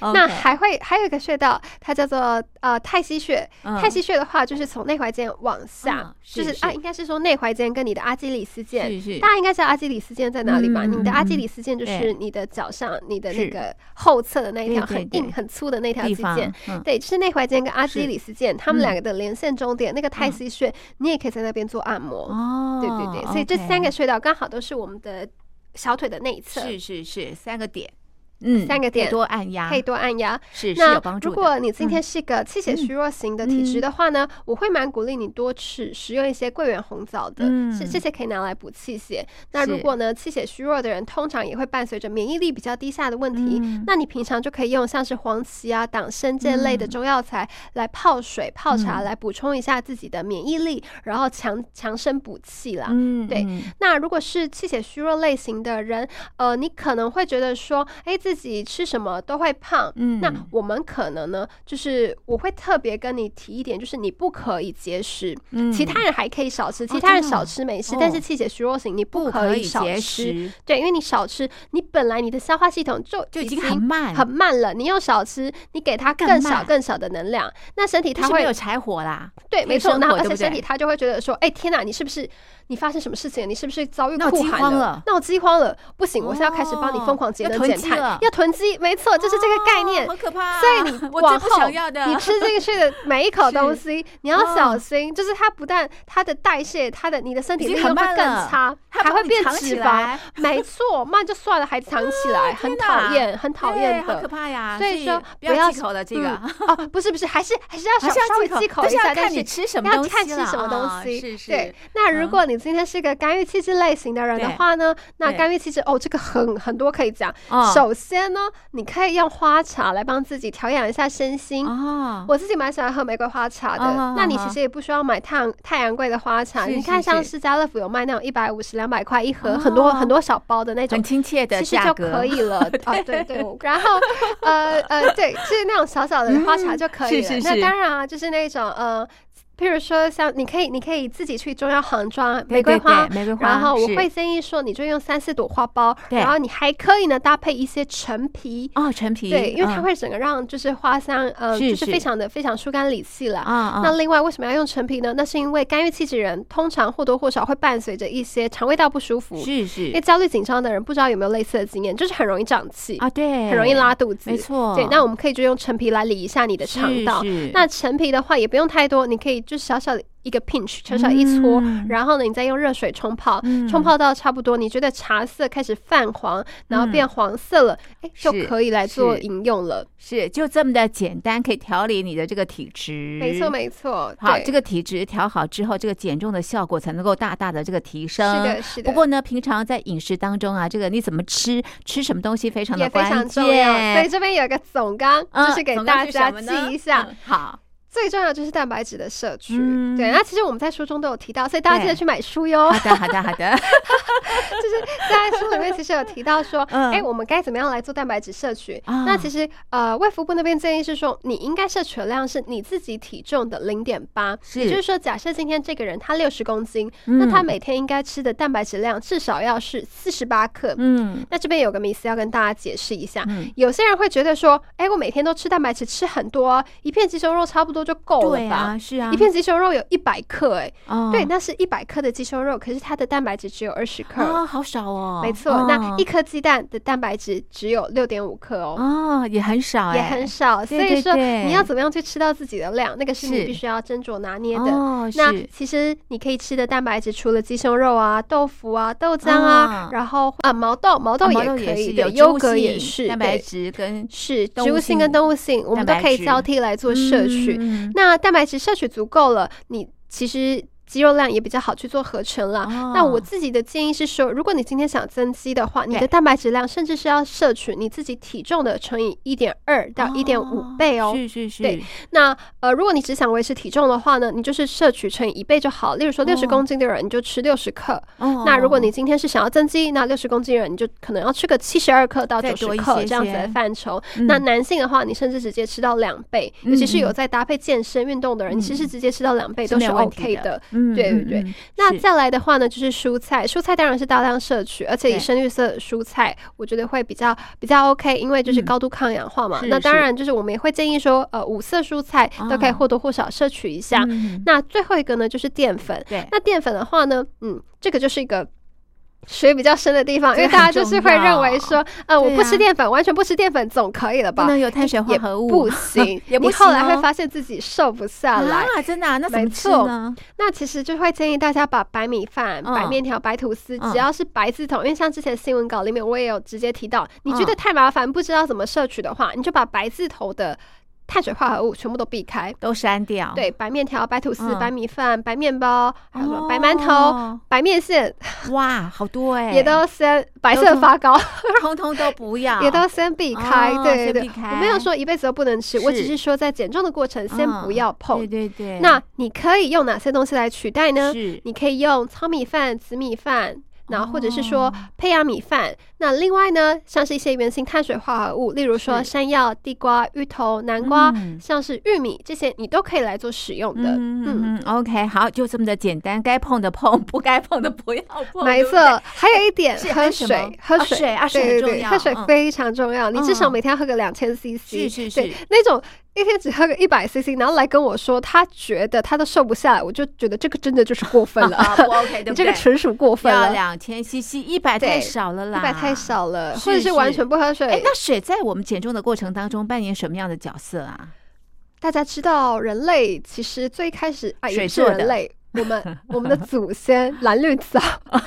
Speaker 2: 那
Speaker 1: OK，
Speaker 2: 还会还有一个穴道，它叫做呃太溪穴。
Speaker 1: 嗯
Speaker 2: 太溪穴的话，就是从内踝尖往下
Speaker 1: 嗯，
Speaker 2: 就是是啊，
Speaker 1: 是
Speaker 2: 应该是说内踝尖跟你的阿基里斯腱。
Speaker 1: 是是
Speaker 2: 大家应该知道阿基里斯腱在哪里吧？
Speaker 1: 嗯
Speaker 2: 你的阿基
Speaker 1: 嗯
Speaker 2: 里斯腱就
Speaker 1: 对
Speaker 2: 是你的脚上、你的那
Speaker 1: 是
Speaker 2: 个后侧的那一条
Speaker 1: 对对
Speaker 2: 很
Speaker 1: 对
Speaker 2: 硬、很粗的那条
Speaker 1: 地
Speaker 2: 肌
Speaker 1: 方
Speaker 2: 腱。，
Speaker 1: 嗯，
Speaker 2: 对，就是内踝尖跟阿基
Speaker 1: 是
Speaker 2: 里斯腱，它们
Speaker 1: 嗯
Speaker 2: 两个的连线终点，那个太溪穴，你也可以在那边做按摩。
Speaker 1: 哦，
Speaker 2: 对对对，所以这
Speaker 1: OK
Speaker 2: 三个穴道刚好都是我们的小腿的内侧，
Speaker 1: 是是是三个点，嗯，
Speaker 2: 三个
Speaker 1: 可以
Speaker 2: 点
Speaker 1: 多按压，
Speaker 2: 可以多按压。
Speaker 1: 是是
Speaker 2: 那
Speaker 1: 有帮助
Speaker 2: 如
Speaker 1: 的。
Speaker 2: 果你今
Speaker 1: 嗯
Speaker 2: 天是个气血虚弱型的体质的话呢，我会蛮鼓励你多吃使用一些桂圆红枣的，
Speaker 1: 嗯
Speaker 2: 是这些可以拿来补气血。那
Speaker 1: 是
Speaker 2: 如果呢气血虚弱的人，通常也会伴随着免疫力比较低下的问题。
Speaker 1: 嗯
Speaker 2: 那你平常就可以用像是黄芪啊、党参这类的中药材来泡水、泡茶，
Speaker 1: 嗯
Speaker 2: 来补充一下自己的免疫力，然后强强身补气啦。
Speaker 1: 嗯，
Speaker 2: 对
Speaker 1: 嗯
Speaker 2: 那如果是气血虚弱类型的人，呃，你可能会觉得说，哎，自己吃什么都会胖。
Speaker 1: 嗯
Speaker 2: 那我们可能呢，就是我会特别跟你提一点，就是你不可以节食，
Speaker 1: 嗯
Speaker 2: 其他人还可以少吃，其
Speaker 1: 哦
Speaker 2: 他人
Speaker 1: 真的哦
Speaker 2: 少吃没事，
Speaker 1: 哦
Speaker 2: 但是气血虚弱型你
Speaker 1: 不
Speaker 2: 可
Speaker 1: 可
Speaker 2: 以
Speaker 1: 以
Speaker 2: 少
Speaker 1: 节
Speaker 2: 吃。
Speaker 1: 食，
Speaker 2: 对，因为你少吃，你本来你的消化系统就
Speaker 1: 就已
Speaker 2: 已
Speaker 1: 经
Speaker 2: 经
Speaker 1: 很慢，
Speaker 2: 很慢了，你又少吃，你给它
Speaker 1: 更
Speaker 2: 更少
Speaker 1: 慢
Speaker 2: 更少的能量，那身体
Speaker 1: 就
Speaker 2: 它
Speaker 1: 是没
Speaker 2: 会
Speaker 1: 有柴火啦，
Speaker 2: 对，没错。
Speaker 1: 生
Speaker 2: 那
Speaker 1: 活
Speaker 2: 而
Speaker 1: 对不
Speaker 2: 且身
Speaker 1: 对
Speaker 2: 体他就会觉得说，哎、天哪，你是不是你发生什么事情？你是不是遭遇
Speaker 1: 闹
Speaker 2: 酷
Speaker 1: 饥
Speaker 2: 寒
Speaker 1: 荒了
Speaker 2: 闹饥荒了，不行，我现在要开始帮你
Speaker 1: 哦
Speaker 2: 疯狂节
Speaker 1: 要
Speaker 2: 能
Speaker 1: 囤
Speaker 2: 减
Speaker 1: 积
Speaker 2: 碳
Speaker 1: 了，
Speaker 2: 要囤积，没错，就是这个概
Speaker 1: 哦
Speaker 2: 念。
Speaker 1: 好可怕啊。
Speaker 2: 所以你
Speaker 1: 我
Speaker 2: 往
Speaker 1: 最
Speaker 2: 后
Speaker 1: 不想要的，
Speaker 2: 你吃进去的每一口
Speaker 1: 是
Speaker 2: 东西，你要
Speaker 1: 哦
Speaker 2: 小心，就是它不但它的代谢，它的你的身体
Speaker 1: 已经
Speaker 2: 利
Speaker 1: 很
Speaker 2: 用会
Speaker 1: 慢
Speaker 2: 更
Speaker 1: 了
Speaker 2: 差，
Speaker 1: 它
Speaker 2: 还
Speaker 1: 帮
Speaker 2: 会
Speaker 1: 你
Speaker 2: 变
Speaker 1: 藏起
Speaker 2: 脂肪
Speaker 1: 来。啊
Speaker 2: 没错，慢就算了，还藏起来，很
Speaker 1: 天哪
Speaker 2: 讨厌，很讨厌
Speaker 1: 对好可
Speaker 2: 的。
Speaker 1: 怕呀。
Speaker 2: 所以说
Speaker 1: 不
Speaker 2: 不
Speaker 1: 要
Speaker 2: 要
Speaker 1: 忌口了，这个。
Speaker 2: 嗯哦，不是不是，还是还是要
Speaker 1: 还
Speaker 2: 稍
Speaker 1: 是要
Speaker 2: 稍微
Speaker 1: 忌口但
Speaker 2: 忌口一
Speaker 1: 是要
Speaker 2: 下，但
Speaker 1: 看
Speaker 2: 是
Speaker 1: 你吃什么
Speaker 2: 要
Speaker 1: 东西
Speaker 2: 看吃
Speaker 1: 啦
Speaker 2: 什么
Speaker 1: 啊
Speaker 2: 东西。
Speaker 1: 是是
Speaker 2: 对，那如
Speaker 1: 嗯
Speaker 2: 果你今天是个干预气质类型的人的
Speaker 1: 对
Speaker 2: 话呢，那
Speaker 1: 对
Speaker 2: 干预气质哦，这个很很多可以讲。
Speaker 1: 嗯
Speaker 2: 首先呢，你可以用花茶来帮自己调养一下身心。
Speaker 1: 哦，
Speaker 2: 我自己蛮喜欢喝玫瑰花茶的，
Speaker 1: 啊哈
Speaker 2: 那你
Speaker 1: 啊哈
Speaker 2: 其实也不需要买太阳太阳贵的花茶，
Speaker 1: 是
Speaker 2: 你
Speaker 1: 是
Speaker 2: 看像
Speaker 1: 是
Speaker 2: 是家乐福有卖那种一百五十、两百块一盒，
Speaker 1: 哦
Speaker 2: 很多很多小包的那种
Speaker 1: 很，亲切的
Speaker 2: 其实
Speaker 1: 价
Speaker 2: 就
Speaker 1: 格
Speaker 2: 可 以了啊，对对。我 然后呃呃，对，就是那种小小的花茶就可以了。
Speaker 1: 嗯是是是
Speaker 2: 那当然啊，就是那种呃，譬如说像你可以你可以自己去中药行装啊
Speaker 1: 对
Speaker 2: 玫瑰
Speaker 1: 对
Speaker 2: 花。
Speaker 1: 对玫瑰花，
Speaker 2: 然后我
Speaker 1: 是
Speaker 2: 会建议说，你就用三四朵花苞，
Speaker 1: 对
Speaker 2: 然后你还可以呢搭配一些陈皮，
Speaker 1: 哦陈皮，
Speaker 2: 对，因为它
Speaker 1: 嗯
Speaker 2: 会整个让就是花香，呃，
Speaker 1: 是
Speaker 2: 就是
Speaker 1: 是
Speaker 2: 非常的非常疏肝理气了。
Speaker 1: 啊啊
Speaker 2: 那另外为什么要用陈皮呢？那是因为肝郁气质人通常或多或少会伴随着一些肠胃道不舒服，
Speaker 1: 是
Speaker 2: 因为
Speaker 1: 是
Speaker 2: 焦虑紧张的人不知道有没有类似的经验，就是很容易胀气，
Speaker 1: 啊，对，
Speaker 2: 很容易拉肚子。
Speaker 1: 没错，
Speaker 2: 对，那我们可以就用陈皮来理一下你的肠道。
Speaker 1: 是是
Speaker 2: 那陈皮的话也不用太多，你可以就小小的一个 pinch，小小一搓，
Speaker 1: 嗯
Speaker 2: 然后呢，你再用热水冲泡，
Speaker 1: 嗯
Speaker 2: 冲泡到差不多，你觉得茶色开始泛黄，然后变黄色了，哎、就是可以来做
Speaker 1: 嗯是嗯
Speaker 2: 饮用了。
Speaker 1: 是就这么的简单，可以调理你的这个体质。
Speaker 2: 没错，没错。
Speaker 1: 好，
Speaker 2: 对
Speaker 1: 这个体质调好之后，这个减重的效果才能够大大的这个提升。
Speaker 2: 是的，是的。
Speaker 1: 不过呢，平常在饮食当中啊，这个你怎么吃，吃什么东西非常
Speaker 2: 也
Speaker 1: 的
Speaker 2: 非
Speaker 1: 关
Speaker 2: 常重要，所以
Speaker 1: 键。
Speaker 2: 这边有一个总纲，
Speaker 1: 嗯
Speaker 2: 就是给
Speaker 1: 总纲
Speaker 2: 大
Speaker 1: 是
Speaker 2: 家
Speaker 1: 什么
Speaker 2: 记
Speaker 1: 呢
Speaker 2: 一下。
Speaker 1: 嗯好，
Speaker 2: 最重要就是蛋白质的摄取。
Speaker 1: 嗯
Speaker 2: 对，那其实我们在书中都有提到，所以大家记得
Speaker 1: 对
Speaker 2: 去买书哟
Speaker 1: 好。的，好的，好 的。
Speaker 2: 就是在书里面其实有提 到说，
Speaker 1: 嗯
Speaker 2: 哎、我们该怎么样来做蛋白质摄取？
Speaker 1: 啊
Speaker 2: 那其实呃，卫福部那边建议是说，你应该摄取的量是你自己体重的零点八，
Speaker 1: 是
Speaker 2: 也就是说，假设今天这个人他六十公斤，
Speaker 1: 嗯
Speaker 2: 那他每天应该吃的蛋白质量至少要是四十八克。
Speaker 1: 嗯
Speaker 2: 那这边有个迷思要跟大家解释一下，
Speaker 1: 嗯，
Speaker 2: 有些人会觉得说，哎、我每天都吃蛋白质，吃很多啊、一片鸡胸肉差不多就够
Speaker 1: 对
Speaker 2: 了吧？
Speaker 1: 啊，是啊，
Speaker 2: 一片鸡胸肉有一百克、哎、
Speaker 1: 哦
Speaker 2: 对，那是一百克的鸡胸肉，可是它的蛋白质只有二十克。
Speaker 1: 啊，好少哦，
Speaker 2: 没错，
Speaker 1: 哦
Speaker 2: 那一颗鸡蛋的蛋白质只有六点五克哦。
Speaker 1: 哦也很少，
Speaker 2: 也很少，所
Speaker 1: 对
Speaker 2: 以
Speaker 1: 对
Speaker 2: 说
Speaker 1: 对
Speaker 2: 你要怎么样去吃到自己的量，那个是你
Speaker 1: 是
Speaker 2: 必须要斟酌拿捏的。
Speaker 1: 哦，
Speaker 2: 那
Speaker 1: 是
Speaker 2: 其实你可以吃的蛋白质，除了鸡胸肉啊、豆腐啊、豆浆啊，
Speaker 1: 啊
Speaker 2: 然后啊毛豆，毛豆
Speaker 1: 啊
Speaker 2: 也
Speaker 1: 毛豆
Speaker 2: 可以，
Speaker 1: 是
Speaker 2: 对
Speaker 1: 有
Speaker 2: 优
Speaker 1: 植
Speaker 2: 格
Speaker 1: 物
Speaker 2: 也
Speaker 1: 性
Speaker 2: 是，
Speaker 1: 蛋白
Speaker 2: 对
Speaker 1: 质跟
Speaker 2: 是
Speaker 1: 动
Speaker 2: 植
Speaker 1: 物
Speaker 2: 物性跟
Speaker 1: 性
Speaker 2: 动物性，我们都
Speaker 1: 蛋白
Speaker 2: 可以
Speaker 1: 质
Speaker 2: 交替来做摄取。
Speaker 1: 嗯
Speaker 2: 那蛋白质摄取足够了，你其实肌肉量也比较好去做合成了。
Speaker 1: 哦
Speaker 2: 那我自己的建议是说，如果你今天想增肌的话，你的
Speaker 1: 对
Speaker 2: 蛋白质量甚至是要摄取你自己体重的乘以一点二到一点五倍哦。
Speaker 1: 是是是，
Speaker 2: 对那呃，如果你只想维持体重的话呢，你就是摄取乘以一倍就好。例如说，六十
Speaker 1: 哦
Speaker 2: 公斤的人你就吃六十克。
Speaker 1: 哦
Speaker 2: 那如果你今天是想要增肌，那六十公斤的人你就可能要吃个七十二克到
Speaker 1: 再
Speaker 2: 九十
Speaker 1: 多一
Speaker 2: 克
Speaker 1: 些
Speaker 2: 这样子的
Speaker 1: 些
Speaker 2: 范畴。
Speaker 1: 嗯
Speaker 2: 那男性的话，你甚至直接吃到两倍，尤其是
Speaker 1: 嗯嗯嗯
Speaker 2: 有在搭配健身运动的人，你其实直接吃到两倍
Speaker 1: 是
Speaker 2: 都
Speaker 1: 没
Speaker 2: 是
Speaker 1: 有问题
Speaker 2: OK 的。
Speaker 1: 嗯
Speaker 2: 对对
Speaker 1: 嗯
Speaker 2: 对
Speaker 1: 嗯
Speaker 2: 那
Speaker 1: 是
Speaker 2: 再来的话呢，就是蔬菜，蔬菜当然是大量摄取，而且以
Speaker 1: 对
Speaker 2: 深绿色蔬菜，我觉得会比较比较 OK，因为就是
Speaker 1: 嗯
Speaker 2: 高度抗氧化嘛。
Speaker 1: 是
Speaker 2: 那当
Speaker 1: 是
Speaker 2: 然就是我们也会建议说，呃，五色蔬菜都可以
Speaker 1: 啊
Speaker 2: 或多或少摄取一下。
Speaker 1: 嗯
Speaker 2: 那最后一个呢，就是淀粉。
Speaker 1: 对，
Speaker 2: 那淀粉的话呢，嗯，这个就是一个。水比较深的地方，因为
Speaker 1: 这个
Speaker 2: 大家
Speaker 1: 很
Speaker 2: 就是
Speaker 1: 重
Speaker 2: 会认为
Speaker 1: 要
Speaker 2: 说，呃，我
Speaker 1: 对
Speaker 2: 不
Speaker 1: 啊
Speaker 2: 吃淀粉，完全不吃淀粉总可以了
Speaker 1: 不
Speaker 2: 吧？
Speaker 1: 能有碳水化
Speaker 2: 也
Speaker 1: 合物，
Speaker 2: 不行，
Speaker 1: 也不
Speaker 2: 你后来
Speaker 1: 行
Speaker 2: 会
Speaker 1: 哦
Speaker 2: 发现自己瘦不下来。
Speaker 1: 啊，真的啊，那怎
Speaker 2: 没
Speaker 1: 么吃
Speaker 2: 错
Speaker 1: 呢？
Speaker 2: 那其实就会建议大家把白米饭、
Speaker 1: 嗯
Speaker 2: 白面条、白吐司，
Speaker 1: 嗯
Speaker 2: 只要是白字头，因为像之前新闻稿里面我也有直接提到，你觉得
Speaker 1: 嗯
Speaker 2: 太麻烦，不知道怎么摄取的话，你就把白字头的碳水化合物全部都避开。
Speaker 1: 都删掉，
Speaker 2: 对，白面条、白吐司、
Speaker 1: 哦嗯
Speaker 2: 白米饭、白面包，还有什么白馒头、
Speaker 1: 哦，
Speaker 2: 白面线，
Speaker 1: 哇，好多哎，
Speaker 2: 也都先白色
Speaker 1: 都
Speaker 2: 发糕，
Speaker 1: 通通都不要，
Speaker 2: 也都先避开。
Speaker 1: 哦
Speaker 2: 对
Speaker 1: 先
Speaker 2: 对
Speaker 1: 避
Speaker 2: 对，
Speaker 1: 开
Speaker 2: 我没有说一辈子都不能吃，我只
Speaker 1: 是
Speaker 2: 是说在减重的过程先
Speaker 1: 嗯
Speaker 2: 不要碰
Speaker 1: 对。对对，
Speaker 2: 那你可以用哪些东西来取代呢？
Speaker 1: 是
Speaker 2: 你可以用糙米饭、紫米饭，然后或者是说
Speaker 1: 哦
Speaker 2: 胚芽米饭。那另外呢，像是一些原型碳水化合物，例如
Speaker 1: 是
Speaker 2: 说山药、地瓜、芋头、南瓜，
Speaker 1: 嗯
Speaker 2: 像是玉米这些，你都可以来做使用的。
Speaker 1: 嗯嗯嗯，OK，好，就这么的简单，该碰的碰，不该碰的不要碰，
Speaker 2: 没
Speaker 1: 对不
Speaker 2: 错
Speaker 1: 对，
Speaker 2: 还有一点，
Speaker 1: 是还
Speaker 2: 喝
Speaker 1: 有什么
Speaker 2: 水，喝
Speaker 1: 啊
Speaker 2: 水，
Speaker 1: 水啊水
Speaker 2: 对
Speaker 1: 很
Speaker 2: 对
Speaker 1: 重
Speaker 2: 对，
Speaker 1: 要
Speaker 2: 喝水
Speaker 1: 嗯
Speaker 2: 非常重要。你至少
Speaker 1: 嗯
Speaker 2: 每天要喝个两千
Speaker 1: 是
Speaker 2: CC，
Speaker 1: 是
Speaker 2: 对
Speaker 1: 是，，
Speaker 2: 那种一天只喝个一百 CC，然后来跟我说他觉得他都瘦不下来，我就觉得这个真的就是过分了
Speaker 1: 啊不 OK，对
Speaker 2: 你
Speaker 1: 不
Speaker 2: 这个
Speaker 1: 对？
Speaker 2: 纯属过分
Speaker 1: 要
Speaker 2: 了。
Speaker 1: 两千 CC，一百太
Speaker 2: 对
Speaker 1: 少了啦，
Speaker 2: 一百太。少了，
Speaker 1: 是
Speaker 2: 或者是完全不喝水。
Speaker 1: 哎，那水在我们减重的过程当中扮演什么样的角色啊？
Speaker 2: 大家知道，人类其实最开始啊，也
Speaker 1: 水
Speaker 2: 不是
Speaker 1: 做的
Speaker 2: 人类，我们 我们的祖先蓝绿藻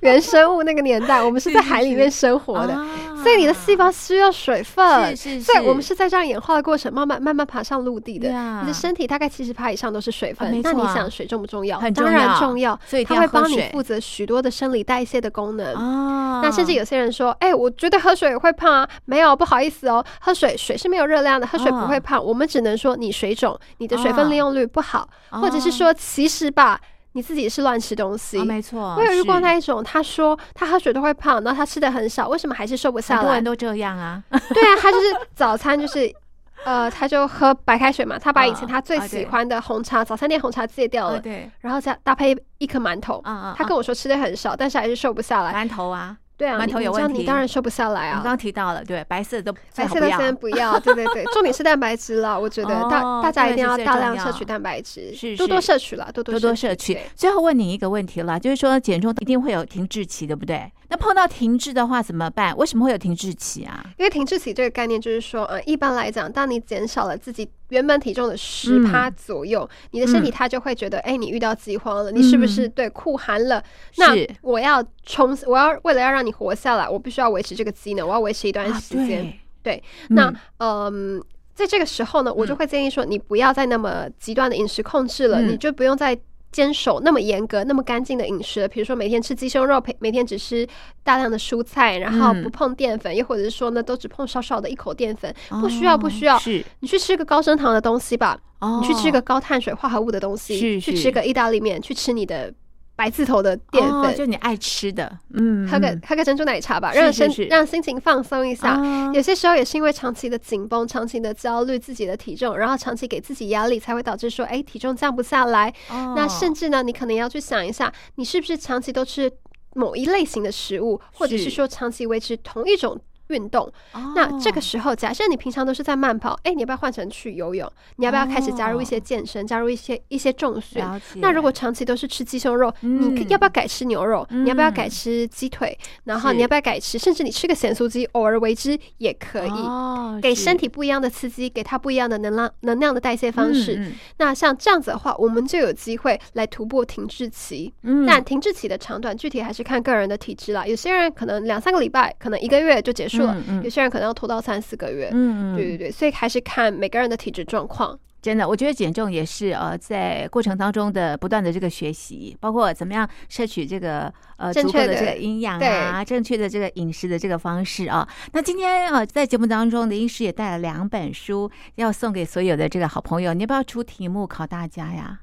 Speaker 2: 原生物那个年代，我们是在
Speaker 1: 是
Speaker 2: 海里
Speaker 1: 是
Speaker 2: 面生活的，
Speaker 1: 啊
Speaker 2: 所以你的细胞需要水分。
Speaker 1: 是是
Speaker 2: 所以我们
Speaker 1: 是
Speaker 2: 是在这样演化的过程，慢慢慢慢爬上陆地的。
Speaker 1: 呀
Speaker 2: 你的身体大概七十趴以上都是水分，
Speaker 1: 啊没
Speaker 2: 那你
Speaker 1: 错啊
Speaker 2: 想水重不重要？
Speaker 1: 很
Speaker 2: 当
Speaker 1: 重
Speaker 2: 然
Speaker 1: 要
Speaker 2: 重要，
Speaker 1: 所以一定
Speaker 2: 它
Speaker 1: 要
Speaker 2: 会
Speaker 1: 喝
Speaker 2: 帮你
Speaker 1: 水
Speaker 2: 负责许多的生理代谢的功能。
Speaker 1: 啊，
Speaker 2: 那甚至有些人说，哎、我觉得喝水会胖啊，没有，不好意思哦，喝水水是没有热量的，喝水不会胖。
Speaker 1: 嗯
Speaker 2: 我们只能说你水肿，你的水分
Speaker 1: 啊
Speaker 2: 利用率不好，
Speaker 1: 啊
Speaker 2: 或者是说其实吧，你自己是乱吃东西。
Speaker 1: 啊没错，
Speaker 2: 我有遇过
Speaker 1: 是
Speaker 2: 那一种，他说他喝水都会胖，然后他吃的很少，为什么还是瘦不
Speaker 1: 很
Speaker 2: 下
Speaker 1: 多
Speaker 2: 来
Speaker 1: 人？ 都这样啊，
Speaker 2: 对啊，他就是早餐就是。 呃，他就喝白开水嘛，他把以前
Speaker 1: 啊
Speaker 2: 他最
Speaker 1: 啊对啊
Speaker 2: 喜欢的红茶、早餐店红茶戒掉了，
Speaker 1: 哦对，
Speaker 2: 然后再搭配一颗馒头。
Speaker 1: 啊啊，
Speaker 2: 嗯他跟我说吃的很少，但是还是瘦不下来。
Speaker 1: 馒头啊，
Speaker 2: 对啊，
Speaker 1: 馒
Speaker 2: 你
Speaker 1: 头
Speaker 2: 你
Speaker 1: 有
Speaker 2: 知道
Speaker 1: 问
Speaker 2: 你
Speaker 1: 题
Speaker 2: 当然瘦不下来
Speaker 1: 我
Speaker 2: 啊
Speaker 1: 刚。刚提到了，对，白色的都最
Speaker 2: 白
Speaker 1: 好不
Speaker 2: 色的
Speaker 1: 要
Speaker 2: 先不要，对对对，重点是蛋白质啦，我觉得大
Speaker 1: 哦
Speaker 2: 大家一定要
Speaker 1: 蛋白质最
Speaker 2: 大量
Speaker 1: 重
Speaker 2: 摄
Speaker 1: 要
Speaker 2: 取蛋白质
Speaker 1: 是，
Speaker 2: 多多
Speaker 1: 是
Speaker 2: 摄取啦，多多
Speaker 1: 多多摄
Speaker 2: 摄
Speaker 1: 取
Speaker 2: 对。
Speaker 1: 最后问你一个问题了，就是说减重一定会有停滞期，对不对？那碰到停滞的话怎么办？为什么会有停滞期啊？
Speaker 2: 因为停滞期这个概念就是说，呃，一般来讲，当你减少了自己原本体重的十趴
Speaker 1: 嗯
Speaker 2: 左右，你的身体它就会觉得，哎、你遇到饥荒了，你是不是对酷寒了？那
Speaker 1: 嗯是
Speaker 2: 我要冲，我要为了要让你活下来，我必须要维持这个机能，我要维持一段
Speaker 1: 啊
Speaker 2: 时间。对，
Speaker 1: 嗯
Speaker 2: 那嗯。在这个时候呢，我就会建议说，你不要再那么极端的饮食控制了，
Speaker 1: 嗯
Speaker 2: 你就不用再坚守那么严格、那么干净的饮食了。比如说，每天吃鸡胸肉，每每天只吃大量的蔬菜，然后
Speaker 1: 嗯
Speaker 2: 不碰淀粉，又或者是说呢，都只碰少少的一口淀粉。不
Speaker 1: 哦
Speaker 2: 需要不需要
Speaker 1: 是
Speaker 2: 你去吃个高升糖的东西吧，
Speaker 1: 哦，
Speaker 2: 你去吃个高碳水化合物的东西，
Speaker 1: 是
Speaker 2: 去
Speaker 1: 是
Speaker 2: 吃个意大利面，去吃你的白字头的淀
Speaker 1: 哦
Speaker 2: 粉，
Speaker 1: 就你爱吃的，嗯，
Speaker 2: 喝个
Speaker 1: 嗯
Speaker 2: 喝个珍珠奶茶吧，
Speaker 1: 是
Speaker 2: 让
Speaker 1: 是
Speaker 2: 身
Speaker 1: 是
Speaker 2: 让心情放松一下。
Speaker 1: 啊
Speaker 2: 有些时候也是因为长期的紧绷、长期的焦虑、自己的体重，然后长期给自己压力，才会导致说，哎，体重降不下来。那
Speaker 1: 哦
Speaker 2: 甚至呢，你可能要去想一下，你是不是长期都吃某一类型的食物，或者
Speaker 1: 是
Speaker 2: 是说长期维持同一种运动。
Speaker 1: 哦
Speaker 2: 那这个时候，假设你平常都是在慢跑，哎，你要不要换成去游泳？你要不要开始加入一
Speaker 1: 哦
Speaker 2: 些健身，加入一些一些重训？
Speaker 1: 了解
Speaker 2: 那如果长期都是吃鸡胸肉，你可
Speaker 1: 嗯
Speaker 2: 要不要改吃牛肉？你要不要改
Speaker 1: 嗯
Speaker 2: 吃鸡腿？然后
Speaker 1: 是
Speaker 2: 你要不要改吃？甚至你吃个咸酥鸡，偶尔为之也可以。
Speaker 1: 哦
Speaker 2: 给
Speaker 1: 是
Speaker 2: 身体不一样的刺激，给它不一样的能量能量的代谢方式。
Speaker 1: 嗯
Speaker 2: 那像这样子的话，我们就有机会来突破停滞期。
Speaker 1: 嗯，嗯
Speaker 2: 但停滞期的长短，具体还是看个人的体质啦。有些人可能两三个礼拜，可能一个月就结束了；
Speaker 1: 嗯嗯
Speaker 2: 有些人可能要拖到三四个月。
Speaker 1: 嗯，嗯
Speaker 2: 对对对，所以还是看每个人的体质 状况。
Speaker 1: 真的，我觉得减重也是呃，在过程当中的不断的这个学习，包括怎么样摄取这个呃
Speaker 2: 正
Speaker 1: 足够
Speaker 2: 确
Speaker 1: 的这
Speaker 2: 的
Speaker 1: 个营养啊，正确的这个饮食的这个方式啊。那今天呃，在节目当中，林医师也带了两本书要送给所有的这个好朋友，你要不要出题目考大家呀？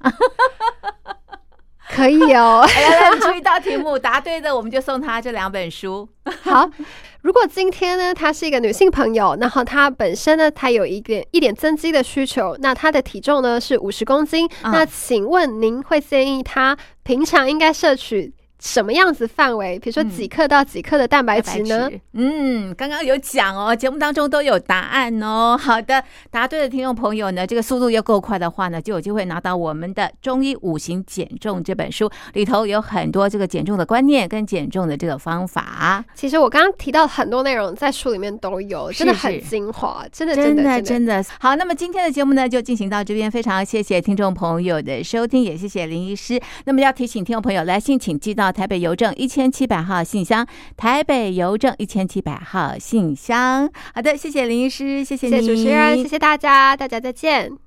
Speaker 2: 可以哦。
Speaker 1: 来来，哎来你出一道题目，答对的我们就送他这两本书。
Speaker 2: 好，如果今天呢，她是一个女性朋友，然后她本身呢，她有一点一点增肌的需求，那她的体重呢是五十公斤，
Speaker 1: 嗯
Speaker 2: 那请问您会建议她平常应该摄取什么样子范围？比如说
Speaker 1: 嗯
Speaker 2: 几克到几克的蛋白质呢？？
Speaker 1: 嗯，刚刚有讲哦，节目当中都有答案哦。好的，答对的听众朋友呢，这个速度又够快的话呢，就有机会拿到我们的《中医五行减重》这本书，里头有很多这个减重的观念跟减重的这个方法。
Speaker 2: 其实我刚刚提到很多内容在书里面都有，
Speaker 1: 是
Speaker 2: 真的
Speaker 1: 是
Speaker 2: 很精华，真的
Speaker 1: 真
Speaker 2: 真的
Speaker 1: 真的好。那么今天的节目呢，就进行到这边，非常谢谢听众朋友的收听，也谢谢林医师。那么要提醒听众朋友，来信请寄到台北邮政一千七百号信箱，台北邮政一千七百号信箱。好的，谢谢林医师，谢谢
Speaker 2: 谢谢
Speaker 1: 你，
Speaker 2: 主持人，谢谢大家，大家再见。